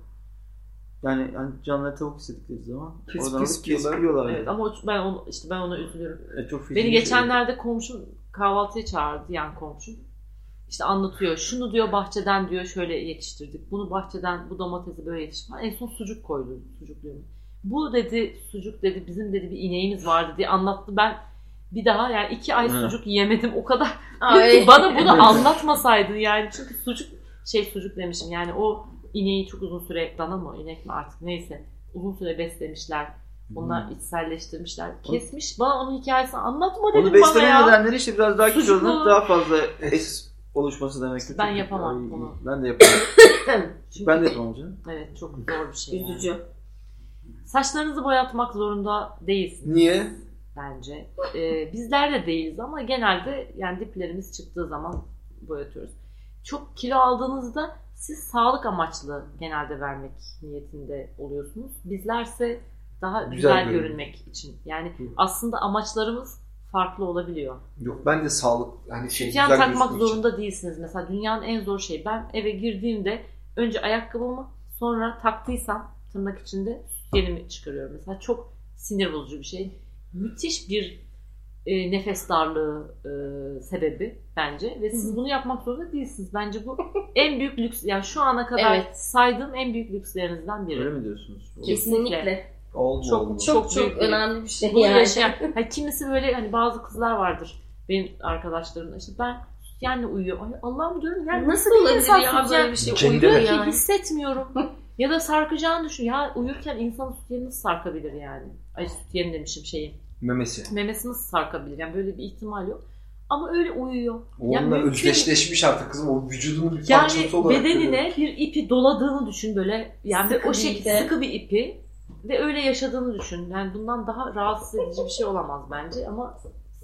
E: Yani hani canlı tavuk istedikleri zaman
C: Kesip
E: oradan alıp
C: kesip yiyorlar.
E: kesip yiyorlardı.
A: Evet ama o, ben onu, işte ben ona üzülüyorum.
E: E, çok feci
A: Beni
E: bir şey.
A: geçenlerde komşum kahvaltıya çağırdı yan komşum. İşte anlatıyor. Şunu diyor bahçeden diyor şöyle yetiştirdik. Bunu bahçeden bu domatesi böyle yetiştirdik. En son sucuk koydu. Sucuk diyorum. Bu dedi sucuk dedi bizim dedi bir ineğimiz vardı diye anlattı. Ben bir daha yani iki ay
E: Hı.
A: sucuk yemedim. O kadar
D: Ay.
A: bana bunu anlatmasaydın yani. Çünkü sucuk şey sucuk demişim yani o ineği çok uzun süre dana mı inek mi artık neyse uzun süre beslemişler. Onlar içselleştirmişler. Kesmiş. Bana onun hikayesini anlatma dedim bana
E: Onu besleme
A: ya.
E: nedenleri işte biraz daha
A: Sucuklu.
E: kilolunun daha <laughs> fazla et oluşması demek. ki.
A: Ben
E: Çok-
A: yapamam
E: Ay,
A: onu.
E: Ben de yapamam.
A: <laughs> Çünkü-
E: ben de yapamam canım.
A: Evet çok zor bir şey. yani.
D: Üzücü.
A: Saçlarınızı boyatmak zorunda değilsiniz
C: Niye?
A: bence. Ee, bizler de değiliz ama genelde yani diplerimiz çıktığı zaman boyatıyoruz. Çok kilo aldığınızda siz sağlık amaçlı genelde vermek niyetinde oluyorsunuz. Bizlerse daha güzel,
C: Güzel görünmek.
A: görünmek için. Yani
C: Hı.
A: aslında amaçlarımız farklı olabiliyor.
C: Yok ben de sağlık hani şey
A: Sütyen
C: güzel
A: takmak
C: gözükmek için.
A: zorunda değilsiniz. Mesela dünyanın en zor şeyi. Ben eve girdiğimde önce ayakkabımı sonra taktıysam tırnak içinde sütyenimi çıkarıyorum. Mesela çok sinir bozucu bir şey. Müthiş bir e, nefes darlığı e, sebebi bence. Ve siz bunu yapmak zorunda değilsiniz. Bence bu en büyük lüks. Yani şu ana kadar
D: Evet.
A: saydığım en büyük lükslerinizden biri.
E: Öyle mi diyorsunuz?
D: Kesinlikle.
C: Olma,
A: Çok-
C: olma.
A: çok-
D: Çok çok
A: büyük bir-
D: önemli bir şey
A: Bunu
D: yani.
A: yaşayan- hani kimisi böyle hani bazı kızlar vardır benim arkadaşlarımda işte ben yani uyuyor. Ay Allah'ım diyorum yani
D: Nasıl
A: bir
D: olabilir
A: insan
D: ya
A: sütyen-
D: böyle bir şey?
C: Kendine-
D: Uyuyor
A: Diyor ki
D: yani.
A: hissetmiyorum. ya da sarkacağını düşün. Ya uyurken insanın sütyeni nasıl sarkabilir yani? Ay sütyeni demişim şeyim.
C: Memesi.
A: Memesi nasıl sarkabilir? Yani böyle bir ihtimal yok. Ama öyle uyuyor. Ya
C: Onunla
A: mümkün-
C: özdeşleşmiş artık kızım. O vücudunun bir
A: Yani
C: parçası olarak. görüyorum.
A: bedenine bir ipi doladığını düşün böyle. Yani
D: Sıkı
A: o
D: bir
A: şekilde
D: ipe.
A: sıkı bir ipi ve öyle yaşadığını düşün. Yani bundan daha rahatsız edici bir şey olamaz bence ama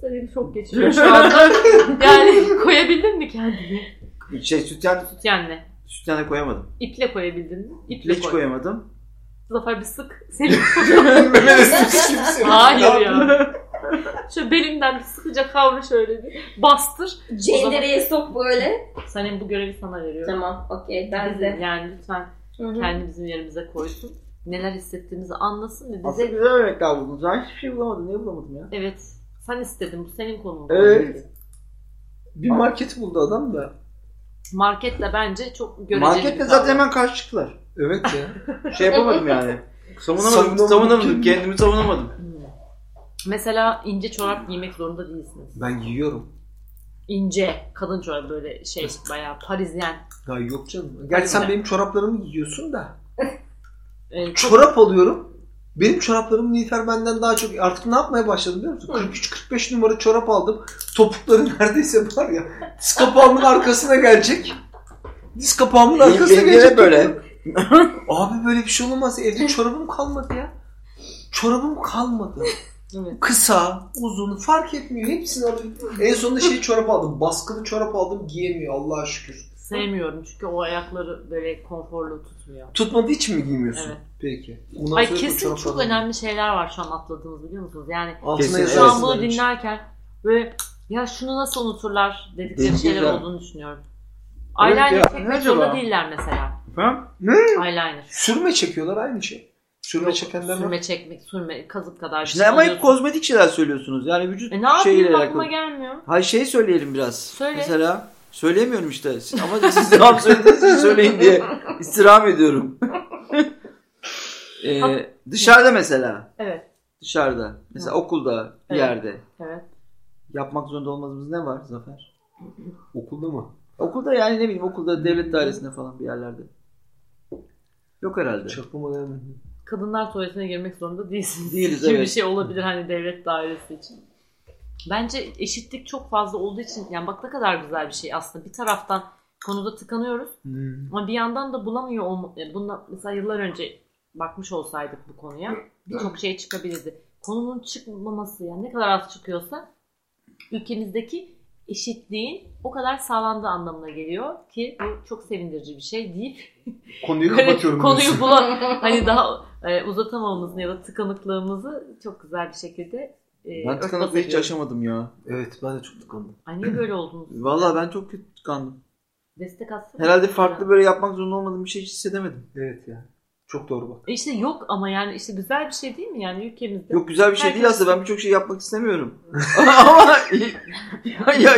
A: benim çok geçiriyor
E: <laughs>
A: şu
D: <laughs>
A: anda. yani koyabildin mi kendini?
E: Şey sütyen,
A: Sütyenle.
E: sütyen de koyamadım.
A: İple koyabildin mi? İple
E: Hiç
A: koy.
E: koyamadım.
A: Zafer bir sık. Seni
C: <laughs> Memesi şey tutmuş kimse.
A: Hayır ya. Şu belimden bir sıkıca kavra şöyle bir bastır.
D: Cendereye sok böyle.
A: Senin bu görevi sana veriyorum.
D: Tamam okey ben de.
A: Yani lütfen
D: Hı hı.
A: kendi bizim yerimize koysun. Neler hissettiğimizi anlasın ve
E: <laughs> Aslında
A: bize
E: güzel örnekler buldunuz. Ben hiçbir şey bulamadım. Niye bulamadım ya?
A: evet sen istedin bu senin konun.
E: Evet.
C: Bir market buldu adam da.
A: Marketle bence çok göreceli.
E: Markette
A: bir
E: zaten
A: kavram.
E: hemen karşı çıktılar.
C: Evet ya.
E: Şey
A: <laughs>
E: yapamadım yani. Savunamadım.
C: Savunamadım.
E: savunamadım. Kendimi savunamadım.
A: Hmm. Mesela ince çorap giymek zorunda değilsiniz.
C: ben yiyorum.
A: İnce kadın çorabı böyle şey bayağı parizyen.
C: Ya yok canım. Gerçi sen benim çoraplarımı giyiyorsun da.
A: Ee, çok-
C: Çorap alıyorum. Benim çoraplarım Nilfer benden daha çok. Artık ne yapmaya başladım biliyor musun? 43-45 numara çorap aldım. Topukları <laughs> neredeyse var ya. Diz kapağımın arkasına gelecek. Diz kapağımın arkasına
E: Benim- benim
C: gelecek.
E: de böyle.
C: Abi böyle bir şey olamaz. Evde çorabım kalmadı ya. Çorabım kalmadı.
A: Evet.
C: Kısa, uzun fark etmiyor. Hepsini aldım. En sonunda şey çorap aldım. Baskılı çorap aldım. Giyemiyor Allah'a şükür.
A: sevmiyorum çünkü o ayakları böyle konforlu tutmuyor.
C: Tutmadığı için mi giymiyorsun?
A: Evet.
C: Peki. Ondan
A: Ay
C: sonra bu
A: kesin çok
C: çoraplarını-
A: önemli şeyler var şu an atladığımız biliyor musunuz? Yani
C: Altına
E: Kesin,
A: şu an
C: yazarsın
A: bunu
C: bence.
A: dinlerken böyle ya şunu nasıl unuturlar dedikleri
E: Dediğim
A: şeyler
E: gibi.
A: olduğunu düşünüyorum. Eyeliner
C: ya,
E: ne
A: çekmek zorunda
E: acaba?
A: değiller mesela.
E: Efendim?
A: Eyeliner.
C: Sürme çekiyorlar aynı şey. Sürme
A: Yok,
C: çekenler var.
A: Sürme çekmek, sürme kazık kadar bir şey
E: Şimdi ama hep
A: alıyorsun.
E: kozmetik şeyler söylüyorsunuz. Yani vücut
A: E ne yapayım
E: şeyiyle
A: aklıma
E: alakalı.
A: gelmiyor.
E: Hayır şey söyleyelim biraz.
A: Söyle.
E: Mesela söyleyemiyorum işte. Ama siz devam söylediğiniz için söyleyin diye istirham
A: <laughs>
E: ediyorum. Ee, dışarıda mesela.
A: Evet.
E: Dışarıda. Mesela okulda bir
A: Evet.
E: yerde.
A: Evet.
E: Yapmak zorunda olmadığımız ne var Zafer?
C: Okulda mı?
E: Okulda yani ne bileyim
A: Hmm.
E: okulda devlet dairesinde falan bir yerlerde. Yok herhalde.
C: Hiç aklıma gelmedi.
A: Kadınlar tuvaletine girmek zorunda değilsin.
E: Değiliz,
A: gibi bir
E: evet.
A: şey olabilir hani devlet dairesi için. Bence eşitlik çok fazla olduğu için yani bak ne kadar güzel bir şey aslında. Bir taraftan konuda tıkanıyoruz
C: Hmm.
A: ama bir yandan da bulamıyor olma, yani bundan mesela yıllar önce bakmış olsaydık bu konuya birçok şey çıkabilirdi. Konunun çıkmaması yani ne kadar az çıkıyorsa ülkemizdeki eşitliğin o kadar sağlandığı anlamına geliyor ki bu çok sevindirici bir şey deyip
C: Konuyu
A: Böyle
C: kapatıyorum.
A: konuyu
C: diyorsun.
A: bulan
E: <laughs>
A: hani daha e, uzatamamamızı ya da tıkanıklığımızı çok güzel bir şekilde e,
E: Ben tıkanıklığı hiç yaşamadım ya.
C: Evet ben de çok tıkandım.
A: Ay niye böyle oldunuz?
E: Vallahi ben çok kötü tıkandım.
A: Destek atsın.
E: Herhalde farklı böyle yapmak zorunda olmadığım bir şey hiç hissedemedim.
C: Evet ya. Çok doğru bak.
A: İşte E, yok ama yani işte güzel bir şey değil mi yani ülkemizde?
E: Yok güzel bir şey değil
A: Herkes-
E: aslında. Ben birçok şey yapmak istemiyorum. <laughs> Ama ya, ya,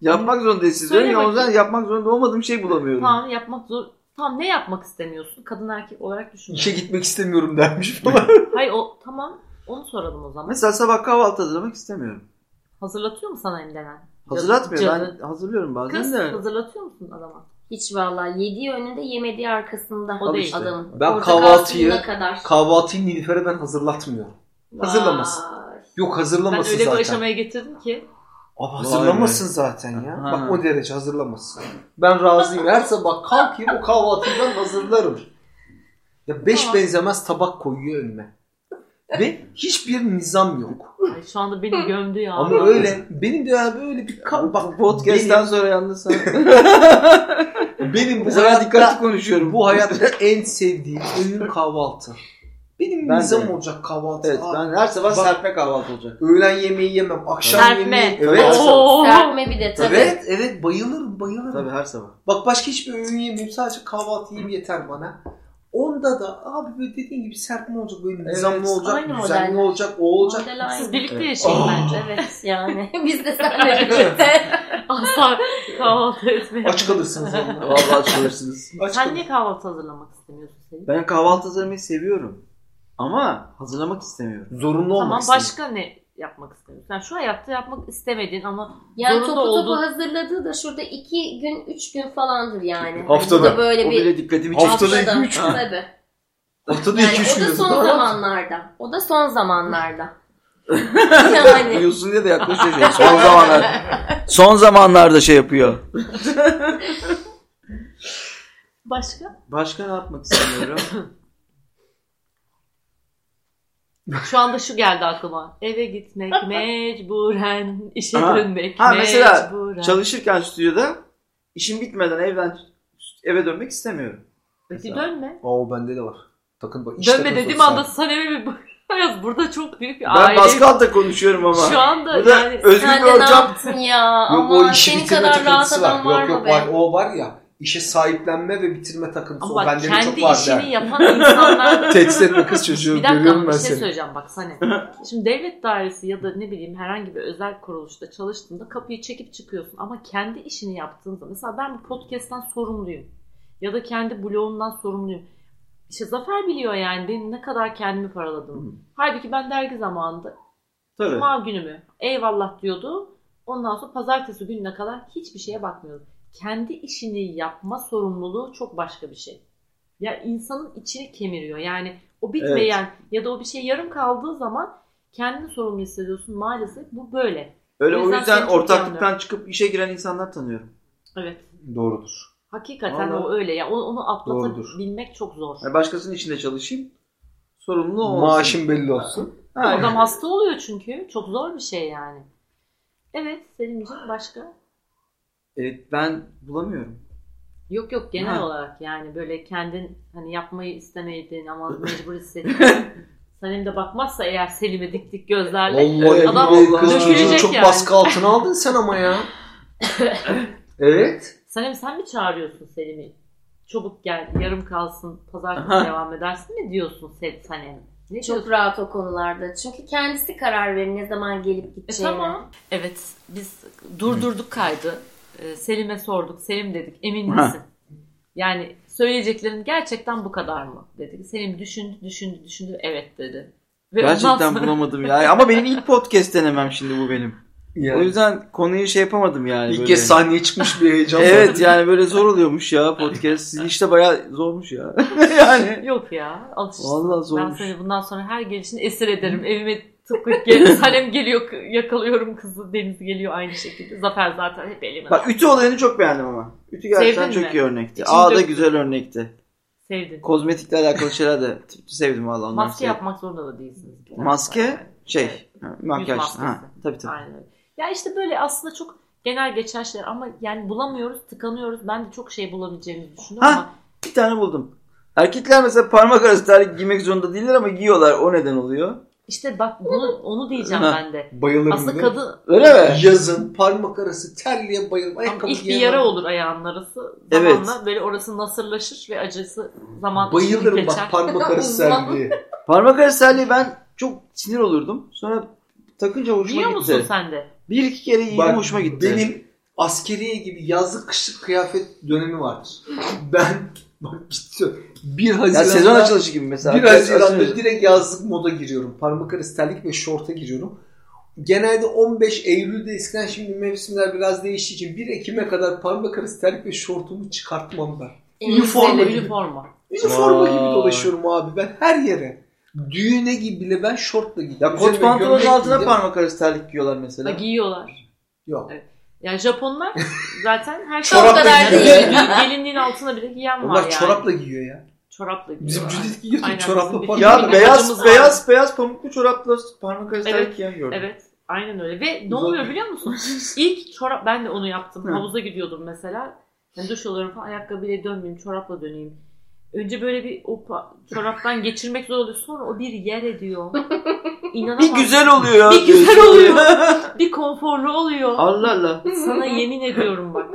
E: yapmak zorundayız siz.
A: Söyle
E: Öyle ya, o yüzden
A: bakayım.
E: yapmak zorunda olmadığım şey bulamıyorum.
A: Tamam yapmak zor. Tamam ne yapmak istemiyorsun? Kadın erkek olarak düşün.
E: Şey-
C: İşe gitmek istemiyorum dermiş falan.
A: Hayır o tamam onu soralım o zaman.
E: Mesela sabah kahvaltı hazırlamak istemiyorum.
A: Hazırlatıyor mu sana emdenen?
E: Hazırlatmıyor.
A: Cadı.
E: Ben hazırlıyorum bazen
A: Kız
E: de.
A: hazırlatıyor musun adama?
D: Hiç vallahi yediği önünde yemediği arkasında.
A: O
E: Al
A: değil.
E: işte.
D: Adamın.
C: Ben
D: Portakal
C: kahvaltıyı-
D: suyuna kadar.
C: <laughs> Kahvaltıyı Nilüfer'e ben hazırlatmıyorum. Hazırlamaz.
D: Vay.
C: Yok
A: Ben
C: hazırlamasın
A: öyle bir
C: zaten.
A: aşamaya getirdim ki.
C: Abi
E: Vay
C: hazırlamasın zaten ya.
E: Ha.
C: Bak o derece hazırlamasın. Ben razıyım. Her sabah kalkayım o kahvaltıyı ben hazırlarım. Ya beş
A: Tamam.
C: benzemez tabak koyuyor önüme. Ve hiçbir nizam yok.
A: Ay şu anda beni gömdü ya.
C: Ama öyle benim de abi öyle bir ka-
E: Bak
C: bak <laughs>
E: podcast'ten sonra yalnız sen.
C: benim, benim bu
E: Bu kadar
C: hayatta
E: dikkatli konuşuyorum.
C: bu hayatta en sevdiğim öğün kahvaltı. Benim
E: Ben de.
C: nizam olacak kahvaltı.
E: Evet
C: Aa,
E: ben her sabah
C: Bak-
E: serpme kahvaltı olacak.
C: Öğlen yemeği yemem, akşam
A: Serpme.
C: yemeği.
E: Evet.
A: Oo.
D: Serpme bir de tabii.
C: Evet, evet bayılırım, bayılırım.
E: Tabii her sabah.
C: Bak başka hiçbir öğün yemeyeyim. Sadece kahvaltı yiyeyim yeter bana. Onda da abi böyle dediğin gibi serpme olacak böyle
E: Evet.
C: nizamlı olacak,
D: Aynı
C: düzenli
D: model.
C: olacak, o olacak.
D: Model aynı.
A: Siz birlikte
E: Evet. Ah.
A: yaşayın
C: Oh.
A: bence.
D: Evet yani. <laughs> Biz de seninle birlikte.
A: Asla kahvaltı etmeye.
C: Aç kalırsınız onunla.
E: Vallahi açılırsınız.
C: Aç
A: Sen
C: kalır.
A: niye kahvaltı hazırlamak istemiyorsun Selin?
E: Ben kahvaltı hazırlamayı seviyorum. Ama hazırlamak istemiyorum.
C: Zorunlu olmak
A: Tamam
C: istedim.
A: başka ne yapmak istemiyorsun? Yani şu hayatta yapmak istemediğin ama
D: Yani
A: Zorunda
D: topu topu
A: olduğu-
D: hazırladığı da şurada iki gün, üç gün falandır yani.
C: Haftada.
D: Bu da böyle
E: O
D: bir
E: bile dikkatimi
C: Haftada
E: çekti.
C: iki, üç gün.
D: Tabii.
C: Ortada şey
D: Yani
C: iki üç
D: o da
C: gün.
D: son zamanlarda. O da son
C: <laughs>
D: zamanlarda. yani.
E: Duyulsun diye de yaklaşıyor <laughs> şey. Son zamanlarda. Son zamanlarda şey yapıyor.
A: başka?
E: Başka ne yapmak istemiyorum? <laughs>
A: Şu anda şu geldi aklıma. Eve gitmek mecburen, işe
E: Aha.
A: dönmek
E: Ha, mesela
A: mecburen.
E: Çalışırken stüdyoda işim bitmeden evden eve dönmek istemiyorum.
A: Peki
E: Mesela.
A: dönme.
C: Oo bende de var. Takın bak. iş
A: dönme
C: takın
A: dediğim
C: sorusu.
A: anda sen eve bir bak. <laughs> Hayat burada çok büyük bir
E: Ben
A: aile.
E: baskı altta konuşuyorum ama. <laughs>
A: Şu anda
E: Burada
A: yani
E: özgür
D: Sen
E: bir
D: de ne
E: ortam.
D: yaptın ya?
C: Yok
D: Aman
C: o işi
D: senin
C: bitirme
D: kadar rahat
C: takıntısı var.
D: adam var
C: Yok
D: mı
C: yok
D: be?
C: var. O var ya. İşe sahiplenme ve bitirme takıntısı.
A: ama
C: o
A: bak
C: bende de
A: kendi
C: çok var
A: işini
C: der.
A: yapan
E: <laughs>
A: insanlar
C: Tehdit etme kız çocuğu.
A: Bir dakika
C: Görüyorum
A: ama
C: ben
A: bir şey
C: seni.
A: söyleyeceğim bak sana. Şimdi devlet dairesi ya da ne bileyim herhangi bir özel kuruluşta çalıştığında kapıyı çekip çıkıyorsun. Ama kendi işini yaptığında mesela ben bir podcast'ten sorumluyum. Ya da kendi blogumdan sorumluyum. İşte Zafer biliyor yani benim ne kadar kendimi
E: Hı.
A: paraladım. Halbuki ben dergi zamanında
E: Tabii.
A: cuma günümü eyvallah diyordu. Ondan sonra pazartesi gününe kadar hiçbir şeye bakmıyordum. Kendi işini yapma sorumluluğu çok başka bir şey. Ya insanın içini kemiriyor. Yani o bitmeyen ya da o bir şey yarım kaldığı zaman kendini sorumlu hissediyorsun. Maalesef bu böyle.
E: Öyle
A: O
E: o
A: yüzden
E: yüzden
A: seni çok iyi
E: ortaklıktan
A: anlıyorum.
E: çıkıp işe giren insanlar tanıyorum.
A: Evet.
C: Doğrudur.
A: Hakikaten
E: Vallahi-
A: o öyle. Ya onu, onu
C: Doğrudur.
A: atlatabilmek çok zor.
E: Yani başkasının içinde çalışayım. Sorumlu olsun.
C: Maaşın belli olsun.
E: Ha,
A: Adam hasta oluyor çünkü. Çok zor bir şey yani. Evet Selimciğim başka?
E: Evet ben bulamıyorum.
A: Yok yok genel
E: Ha.
A: olarak yani böyle kendin hani yapmayı istemediğin
C: <laughs>
A: ama mecbur hissettiğin. Senin de bakmazsa eğer Selim'e dik dik gözlerle
C: Vallahi
A: Adam
C: billahi kız çocuğu
A: dökülecek
C: çok
A: yani. <laughs>
C: baskı altına aldın sen ama ya. evet.
A: Sanem sen mi çağırıyorsun Selim'i? Çabuk gel, yarım kalsın,
E: Aha.
A: pazartesi devam edersin mi diyorsun Sel Sanem? Ne diyorsun?
D: Çok rahat o konularda. Çünkü kendisi karar verir ne zaman gelip
A: E
D: gideceğine.
A: tamam. Evet biz durdurduk kaydı. Ee, Selim'e sorduk. Selim dedik emin
E: Ha.
A: misin? Yani söyleyeceklerin gerçekten bu kadar mı? Dedik. Selim düşündü düşündü düşündü evet dedi. Ve ondan
E: Gerçekten
A: sonra-
E: bulamadım ya. Ama benim ilk podcast denemem şimdi bu benim. O
C: Yani.
E: yüzden konuyu şey yapamadım yani.
C: İlk
E: böyle.
C: kez sahneye çıkmış bir heyecan.
E: Evet yani böyle zor oluyormuş ya podcast. Sizin işte bayağı zormuş ya. yani.
A: <laughs> Yok ya alışırsın.
E: Vallahi
A: Ben
E: zormuş.
A: seni bundan sonra her gelişini esir ederim. Evime tıpkı <laughs> gel. Sanem geliyor yakalıyorum kızı. Deniz geliyor aynı şekilde. Zafer zaten hep elime.
E: Bak ütü olayını çok beğendim ama. Ütü gerçekten
A: Sevdin
E: çok
A: mi?
E: iyi örnekti.
A: İçini
E: Ağda
A: döktün.
E: güzel örnekti.
A: Sevdin.
E: Kozmetikle alakalı şeyler de sevdim valla onları.
A: Maske
E: sevdim.
A: yapmak zorunda da değilsiniz.
E: şey. Maske
A: Evet.
E: şey ha, makyaj.
A: maskesi.
E: Ha, tabii tabii.
A: Aynen öyle. Ya işte böyle aslında çok genel geçen şeyler ama yani bulamıyoruz, tıkanıyoruz. Ben de çok şey bulabileceğimizi düşünüyorum
E: Ha!
A: ama
E: Bir tane buldum. Erkekler mesela parmak arası terlik giymek zorunda değiller ama giyiyorlar. O neden oluyor?
A: işte bak bunu onu diyeceğim
E: Ha.
A: ben de.
C: Bayılırım.
A: Aslında
C: değil mi?
A: kadın
E: Öyle mi?
C: Yazın parmak arası terliğe bayılırım. Ayakkabı
A: ilk bir
C: giyemem.
A: yara olur ayağının arası.
E: Evet.
A: Zamanla böyle orası nasırlaşır ve acısı zaman
C: Bayılırım
A: geçer.
C: bak parmak
A: <laughs>
C: arası
D: Uzman.
C: terliğe.
E: Parmak arası terliği ben çok sinir olurdum. Sonra takınca hoşuma
A: Giyiyor
E: gitti.
A: musun sen de?
E: Bir iki kere giydim
C: Bak,
E: hoşuma gitti.
C: Benim askeriye gibi yazlık kışlık kıyafet dönemi vardır. <laughs> Ben bak ciddi. 1
E: ya
C: Haziran'da
E: sezon açılışı gibi mesela.
C: Bir
E: Biraz
C: Haziran'da direkt yazlık moda giriyorum. Parmak arası terlik ve şorta giriyorum. Genelde 15 Eylül'de eskiden şimdi mevsimler biraz değiştiği için 1 Ekim'e kadar parmak arası terlik ve şortumu çıkartmam ben. Üniforma gibi.
A: Üniforma.
C: Üniforma
E: Vay.
C: gibi dolaşıyorum abi ben her yere. Düğüne gibi bile ben şortla gidiyorum.
E: Ya kot
C: Üzerime
E: pantolonun
C: gömlek
E: altına
C: giyeceğim.
E: parmak arası terlik giyiyorlar
A: Ha,
E: mesela.
A: giyiyorlar.
C: Yok.
A: Yani Japonlar zaten her şey
D: Çok
C: <laughs> Çorap <laughs>
D: kadar
C: değil.
D: değil.
A: gelinliğin altına bile giyen var
C: Onlar
A: yani.
C: çorapla giyiyor ya.
A: Çorapla
C: Bizim
A: giyiyorlar.
C: Judith giyiyor
A: Aynen,
C: çorapla
A: bizim
C: parmak.
A: bir-
E: Ya
A: Bir
E: beyaz
A: bacımız var.
E: beyaz beyaz pamuklu çorapla parmak arası
A: Evet,
E: terlik giyen gördüm.
A: Evet. Aynen öyle. Ve ne
C: Güzel.
A: oluyor biliyor musun? İlk çorap ben de onu yaptım.
E: Hı.
A: Havuza gidiyordum mesela. Yani duş alıyorum falan ayakkabıyla dönmeyeyim, çorapla döneyim. Önce böyle bir o pa- çoraptan geçirmek zor oluyor. Sonra o bir yer ediyor. İnanamazsın.
E: Bir güzel oluyor ya.
A: Bir güzel oluyor.
E: <laughs>
A: bir konforlu oluyor.
E: Allah Allah.
A: <laughs> Sana yemin ediyorum bak.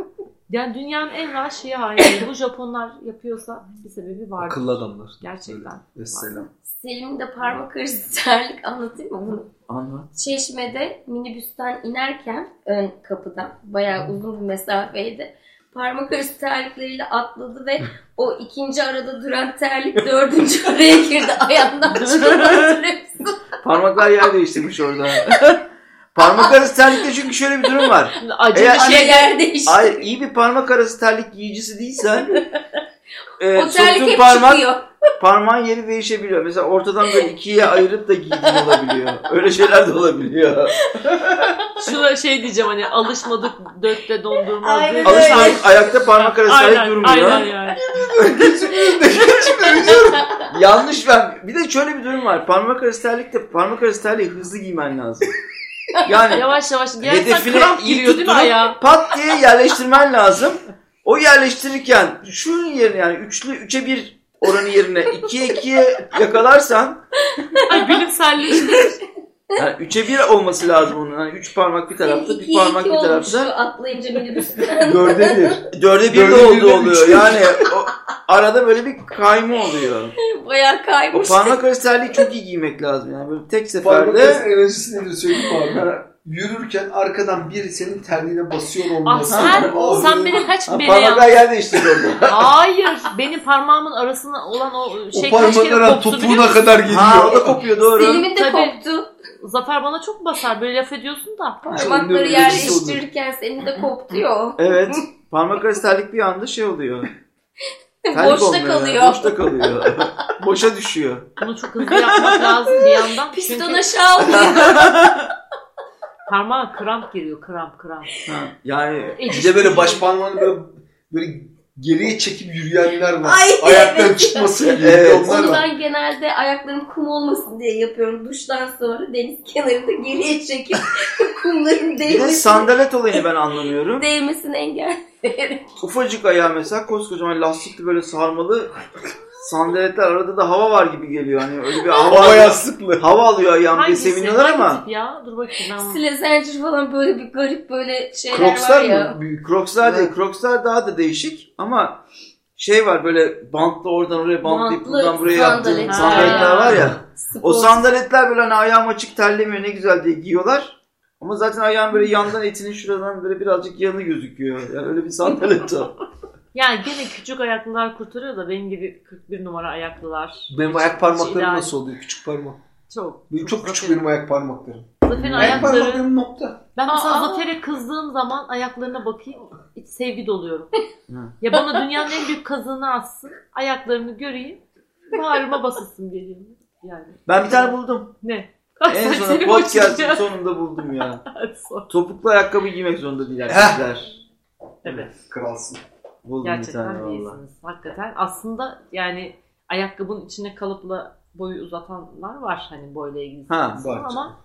A: Yani dünyanın en rahat şeyi haline. Bu Japonlar yapıyorsa bir sebebi var.
C: Akıllı adamlar.
A: Gerçekten.
C: Mesela.
D: Selim de parmak arası terlik anlatayım mı bunu?
E: Anlat.
D: Çeşme'de minibüsten inerken ön kapıdan bayağı
E: Hmm.
D: uzun bir mesafeydi. Parmak arası terlikleriyle atladı ve o ikinci arada duran
E: <laughs>
D: terlik dördüncü araya girdi. Ayağından çıktı. hatırlıyor musun?
E: Parmaklar yer değiştirmiş orada. <laughs> parmak arası terlikte çünkü şöyle bir durum var.
A: Acı
E: Eğer-
A: bir
D: Ama
A: şey.
D: Hani yer değişti.
E: Hayır iyi bir parmak arası terlik
A: <laughs>
E: giyicisi değilsen e,
D: o terlik
E: soktuğun
D: hep
E: parmak,
D: çıkıyor.
E: parmağın yeri değişebiliyor. Mesela ortadan böyle ikiye ayırıp da giydiğin olabiliyor. Öyle şeyler de olabiliyor.
A: Şuna şey diyeceğim hani alışmadık dökte dondurma.
D: Aynen
A: dök-
D: öyle.
E: Alışmadık ayakta parmak arası terlik
A: Aynen,
E: durmuyor.
A: Aynen yani.
E: Yanlış ben. Bir de şöyle bir durum var. Parmak arası terlikte parmak arası terliği hızlı giymen lazım.
A: <laughs>
E: Yani
A: Yavaş yavaş. Gerçekten
E: hedefine
A: kramp
E: iyi
A: gitti değil mi ayağa?
E: yutturup pat diye yerleştirmen lazım. O yerleştirirken şunun yerine yani üçlü üçe bir oranı yerine ikiye ikiye yakalarsan
A: Ay bilimselleşti.
C: <laughs>
E: yani üçe bir olması lazım onun. Yani üç parmak bir tarafta bir
D: İkiye
E: parmak
D: iki
E: bir
D: olmuştu
E: tarafta. <laughs>
D: atlayınca minibüsten.
C: <laughs> Dörde bir.
E: Dörde bir de
C: Dörde bir
E: oldu
C: de
E: oluyor.
C: üç.
E: Yani o, arada böyle bir kayma oluyor.
D: bayağı
E: O
D: kaymış.
E: parmak arası terliği çok iyi giymek lazım. Yani böyle tek
C: Parmak arası
E: seferde
C: enerjisi nedir söyleyeyim abi. Hani Yürürken arkadan biri senin terliğine basıyor
A: Ah
C: olması. Hani
A: sen,
C: Abi.
A: sen beni kaç
E: Ha,
A: beni
E: parmaklar
A: yaptın?
E: yer değiştirdi orada.
A: Hayır. Benim parmağımın arasına olan o şey
C: O
A: kaç kere
C: parmaklara
A: koptu biliyor
C: topuğuna
A: musun?
C: kadar geliyor.
E: Ha, o da kopuyor doğru.
D: Selimin de
A: Tabii.
D: koptu.
A: Zafer bana çok basar. Böyle laf ediyorsun da.
E: şey
D: Parmakları yerleştirirken senin de koptu ya o.
E: Evet. Parmak arası terlik bir anda şey
D: <laughs>
E: oluyor. Terlik
D: Boşta
E: olmuyor yani,
D: kalıyor.
E: Boşta
D: <laughs>
E: kalıyor. Boşa düşüyor.
A: Bunu çok hızlı yapmak lazım bir yandan.
D: <laughs> Piston
A: Çünkü
E: <laughs>
D: aşağı alıyor.
A: parmağa kramp giriyor. Kramp kramp. E,
E: Ha, yani
C: Bir de böyle baş parmağını böyle, böyle geriye çekip yürüyenler var.
D: Ay,
C: Ayakları
D: evet.
C: çıkmasın diye.
E: Evet.
C: Onlar
D: Onu
C: var.
D: ben genelde ayaklarım kum olmasın diye yapıyorum. Duştan sonra deniz kenarında geriye çekip <laughs> kumların
E: bir de
D: değmesin,
E: sandalet olayını ben anlamıyorum.
D: değmesini engel.
E: Ufacık ayağı mesela koskocaman lastikli böyle sarmalı sandaletler arada da hava var gibi geliyor. Hani öyle bir hava,
C: Hava
E: alıyor,
C: yastıklı.
E: hava alıyor ayağım diye
A: Hangisi?
E: seviniyorlar
A: Hangi
E: ama
A: tip ya? Dur bakayım ben.
D: Sile zincir falan böyle bir garip böyle şeyler var
E: Crocs'lar
D: ya.
E: mı? Büyük Crocs'lar değil. Crocs'lar daha da değişik ama şey var böyle bantlı oradan oraya bantlayıp
D: Bantlı
E: buradan buraya
D: sandaletler.
E: yaptığın sandaletler var ya. O
D: Spor.
E: sandaletler böyle hani ayağım açık terlemiyor ne güzel diye giyiyorlar. Ama zaten ayağın böyle yandan etinin şuradan böyle birazcık yanı gözüküyor. Yani öyle bir
A: <laughs>
E: sandalet o.
A: Yani gene küçük ayaklılar kurtarıyor da benim gibi 41 numara ayaklılar.
C: Benim ayak parmaklarım
A: İdeal.
C: nasıl oluyor? Küçük parmak.
A: Çok.
C: Benim çok küçük
A: Zafer'in-
C: benim ayak parmaklarım.
A: Zafer'in
C: Ayak
A: ayakları.
C: parmaklarım nokta.
A: Ben mesela
D: Aa.
A: Zafer'e kızdığım zaman ayaklarına bakayım. iç sevgi
E: <laughs>
A: doluyorum.
E: Hı.
A: ya bana dünyanın en büyük kazığını assın. Ayaklarını göreyim. Bağrıma basasım geliyor. Yani.
E: Ben bir tane buldum.
A: Ne?
E: En son
A: Senin <laughs>
E: podcast'ın
A: uçuracağın-
E: sonunda buldum ya.
A: Son.
E: Topuklu ayakkabı giymek zorunda değil erkekler.
A: Evet.
C: Kralsın.
E: Buldum bir
A: Gerçekten
E: tane valla.
A: iyisiniz. Hakikaten. Aslında yani ayakkabının içine kalıpla boyu uzatanlar var hani boyla ilgili.
E: Ha,
A: sıkıntısı
C: var.
A: Ama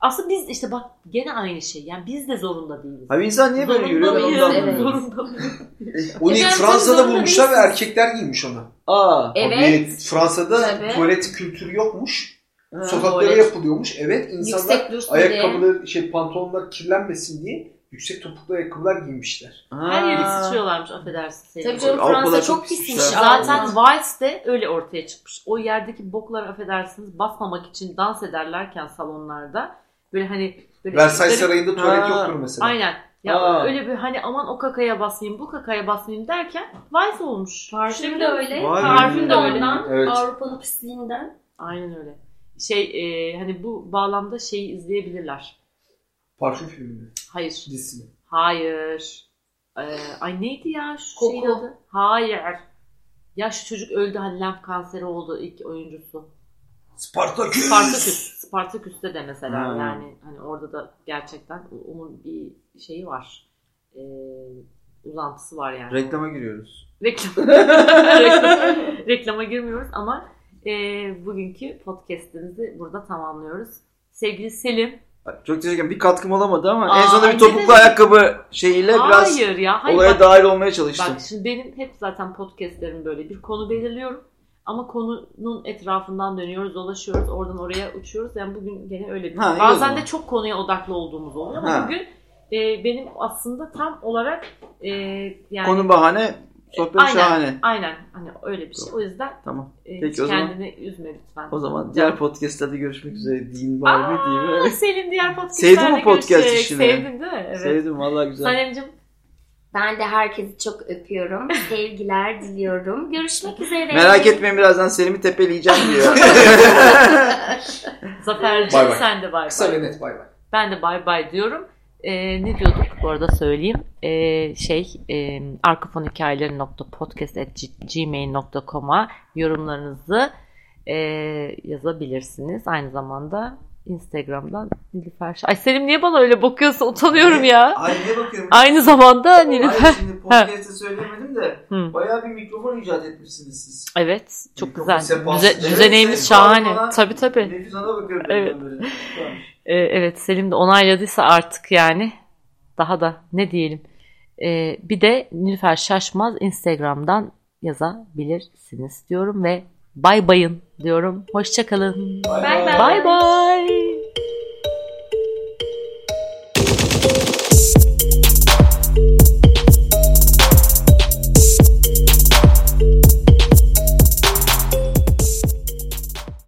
A: aslında biz işte bak gene aynı şey. Yani biz de zorunda değiliz.
E: Abi insan niye böyle
A: Zorunda
E: yürüyor ben
A: mıyız?
E: ondan
D: Evet.
E: anlamıyorum.
A: Zorunda mıyız? E,
C: Onu ilk
D: Efendim,
C: Fransa'da
D: zorunda
C: bulmuşlar ve
D: değilsiniz.
C: erkekler giymiş onu.
E: Aa.
D: Evet.
C: Tabii, Fransa'da
D: Tabii.
C: tuvalet kültürü yokmuş.
E: Ha.
C: Sokaklara
A: tuvalet.
C: yapılıyormuş. Evet insanlar
D: Yüksek dursun diye.
C: ayakkabıları şey pantolonlar kirlenmesin diye yüksek topuklu ayakkabılar giymişler.
A: E, Her yeri
E: Aa.
A: sıçıyorlarmış affedersin seni.
D: Tabii canım
E: Avrupa'da
D: Fransa
E: çok
D: çok pismiş.
E: pisler.
A: Zaten
D: Allah.
A: Vice de öyle ortaya çıkmış. O yerdeki boklar affedersiniz basmamak için dans ederlerken salonlarda böyle hani böyle
C: Versailles
A: böyle-
C: Sarayı'nda tuvalet
E: Ha.
C: yoktur mesela.
A: Aynen. Ya
E: Aa.
A: öyle bir hani aman o kakaya basmayayım, bu kakaya basmayayım derken Vice olmuş.
D: Parfüm de öyle.
E: Vay be.
D: Parfüm de ondan.
C: Evet.
D: Avrupa'nın pisliğinden.
A: Aynen öyle. Şey e, hani bu bağlamda şeyi izleyebilirler.
C: Parfüm filmi.
A: Hayır.
C: Dizisi.
A: Hayır. Ee, ay neydi ya şu
D: Koku.
A: şeyin adı? Hayır. Ya şu çocuk öldü hani lenf kanseri oldu ilk oyuncusu.
C: Spartaküs.
A: Spartaküs. Spartaküs'te de mesela
E: Ha.
A: yani hani orada da gerçekten onun bir şeyi var. Ee, uzantısı var yani.
E: Reklama giriyoruz. <laughs>
A: Reklam. Reklam- Reklama girmiyoruz ama e, bugünkü podcast'imizi burada tamamlıyoruz. Sevgili Selim.
E: Çok teşekkür ederim. Bir katkım olamadı ama en
A: Aa,
E: sonunda bir
A: ne
E: topuklu
A: demek?
E: ayakkabı şeyiyle biraz
A: hayır ya. Hayır
E: olaya
A: bak,
E: dahil olmaya çalıştım.
A: bak şimdi benim hep zaten podcast'lerim böyle bir konu belirliyorum. Ama konunun etrafından dönüyoruz, dolaşıyoruz, oradan oraya uçuyoruz. Yani bugün gene öyle bir.
E: Ha, iyi o
A: Bazen
E: zaman.
A: de çok konuya odaklı olduğumuz oluyor ama
E: Ha.
A: bugün e, benim aslında tam olarak e, yani
E: Konu bahane, sohbet
A: aynen,
E: şahane.
A: aynen hani öyle bir şey. O yüzden
E: Tamam.
A: e,
E: Peki,
A: hiç
E: o zaman-
A: kendini üzme lütfen.
E: O zaman diğer podcastlerde görüşmek üzere. Din var mı diyeyim.
A: Aa,
E: Evet.
A: Selim diğer podcastlerde
E: Sevdin mi podcast
A: görüşecek.
E: işini?
A: Sevdin değil mi? Evet.
E: Sevdim valla güzel.
A: Sanemcim
D: Ben de herkesi çok öpüyorum. Sevgiler diliyorum. Görüşmek üzere.
E: Merak etmeyin birazdan Selim'i tepeleyeceğim
A: <laughs>
E: diyor. <laughs>
A: Zafer'cim
C: Bay bay.
A: sen de bay
C: Kısa
A: bay.
C: ve net bay bay.
A: Ben de bay bay diyorum. Ee, ne diyorduk bu arada söyleyeyim. Ee, şey e, arkafonhikayeleri.podcast.gmail.com'a yorumlarınızı e, yazabilirsiniz. Aynı zamanda Instagram'dan Nilüfer Şah- Ay Selim niye bana öyle bakıyorsun? Utanıyorum ya.
E: Ay niye bakıyorum?
A: Aynı zamanda Nilüfer.
E: Ay şimdi podcast'te söylemedim de
A: Hı.
E: bayağı bir mikrofon icat etmişsiniz siz.
A: Evet, çok
C: Mikrofon
A: güzel.
C: sefası.
A: Düze-
C: Evet,
A: düzeneğimiz
E: ses
A: şahane.
E: falan.
A: Tabii tabii.
E: Nefis ona bakıyorum.
A: Evet.
E: ben böyle. Tamam.
A: Ee, evet Selim de onayladıysa artık yani daha da ne diyelim. Ee, bir de Nilüfer Şaşmaz Instagram'dan yazabilirsiniz diyorum ve bay bayın diyorum. Hoşçakalın.
D: Bay bay.
A: Bay bay.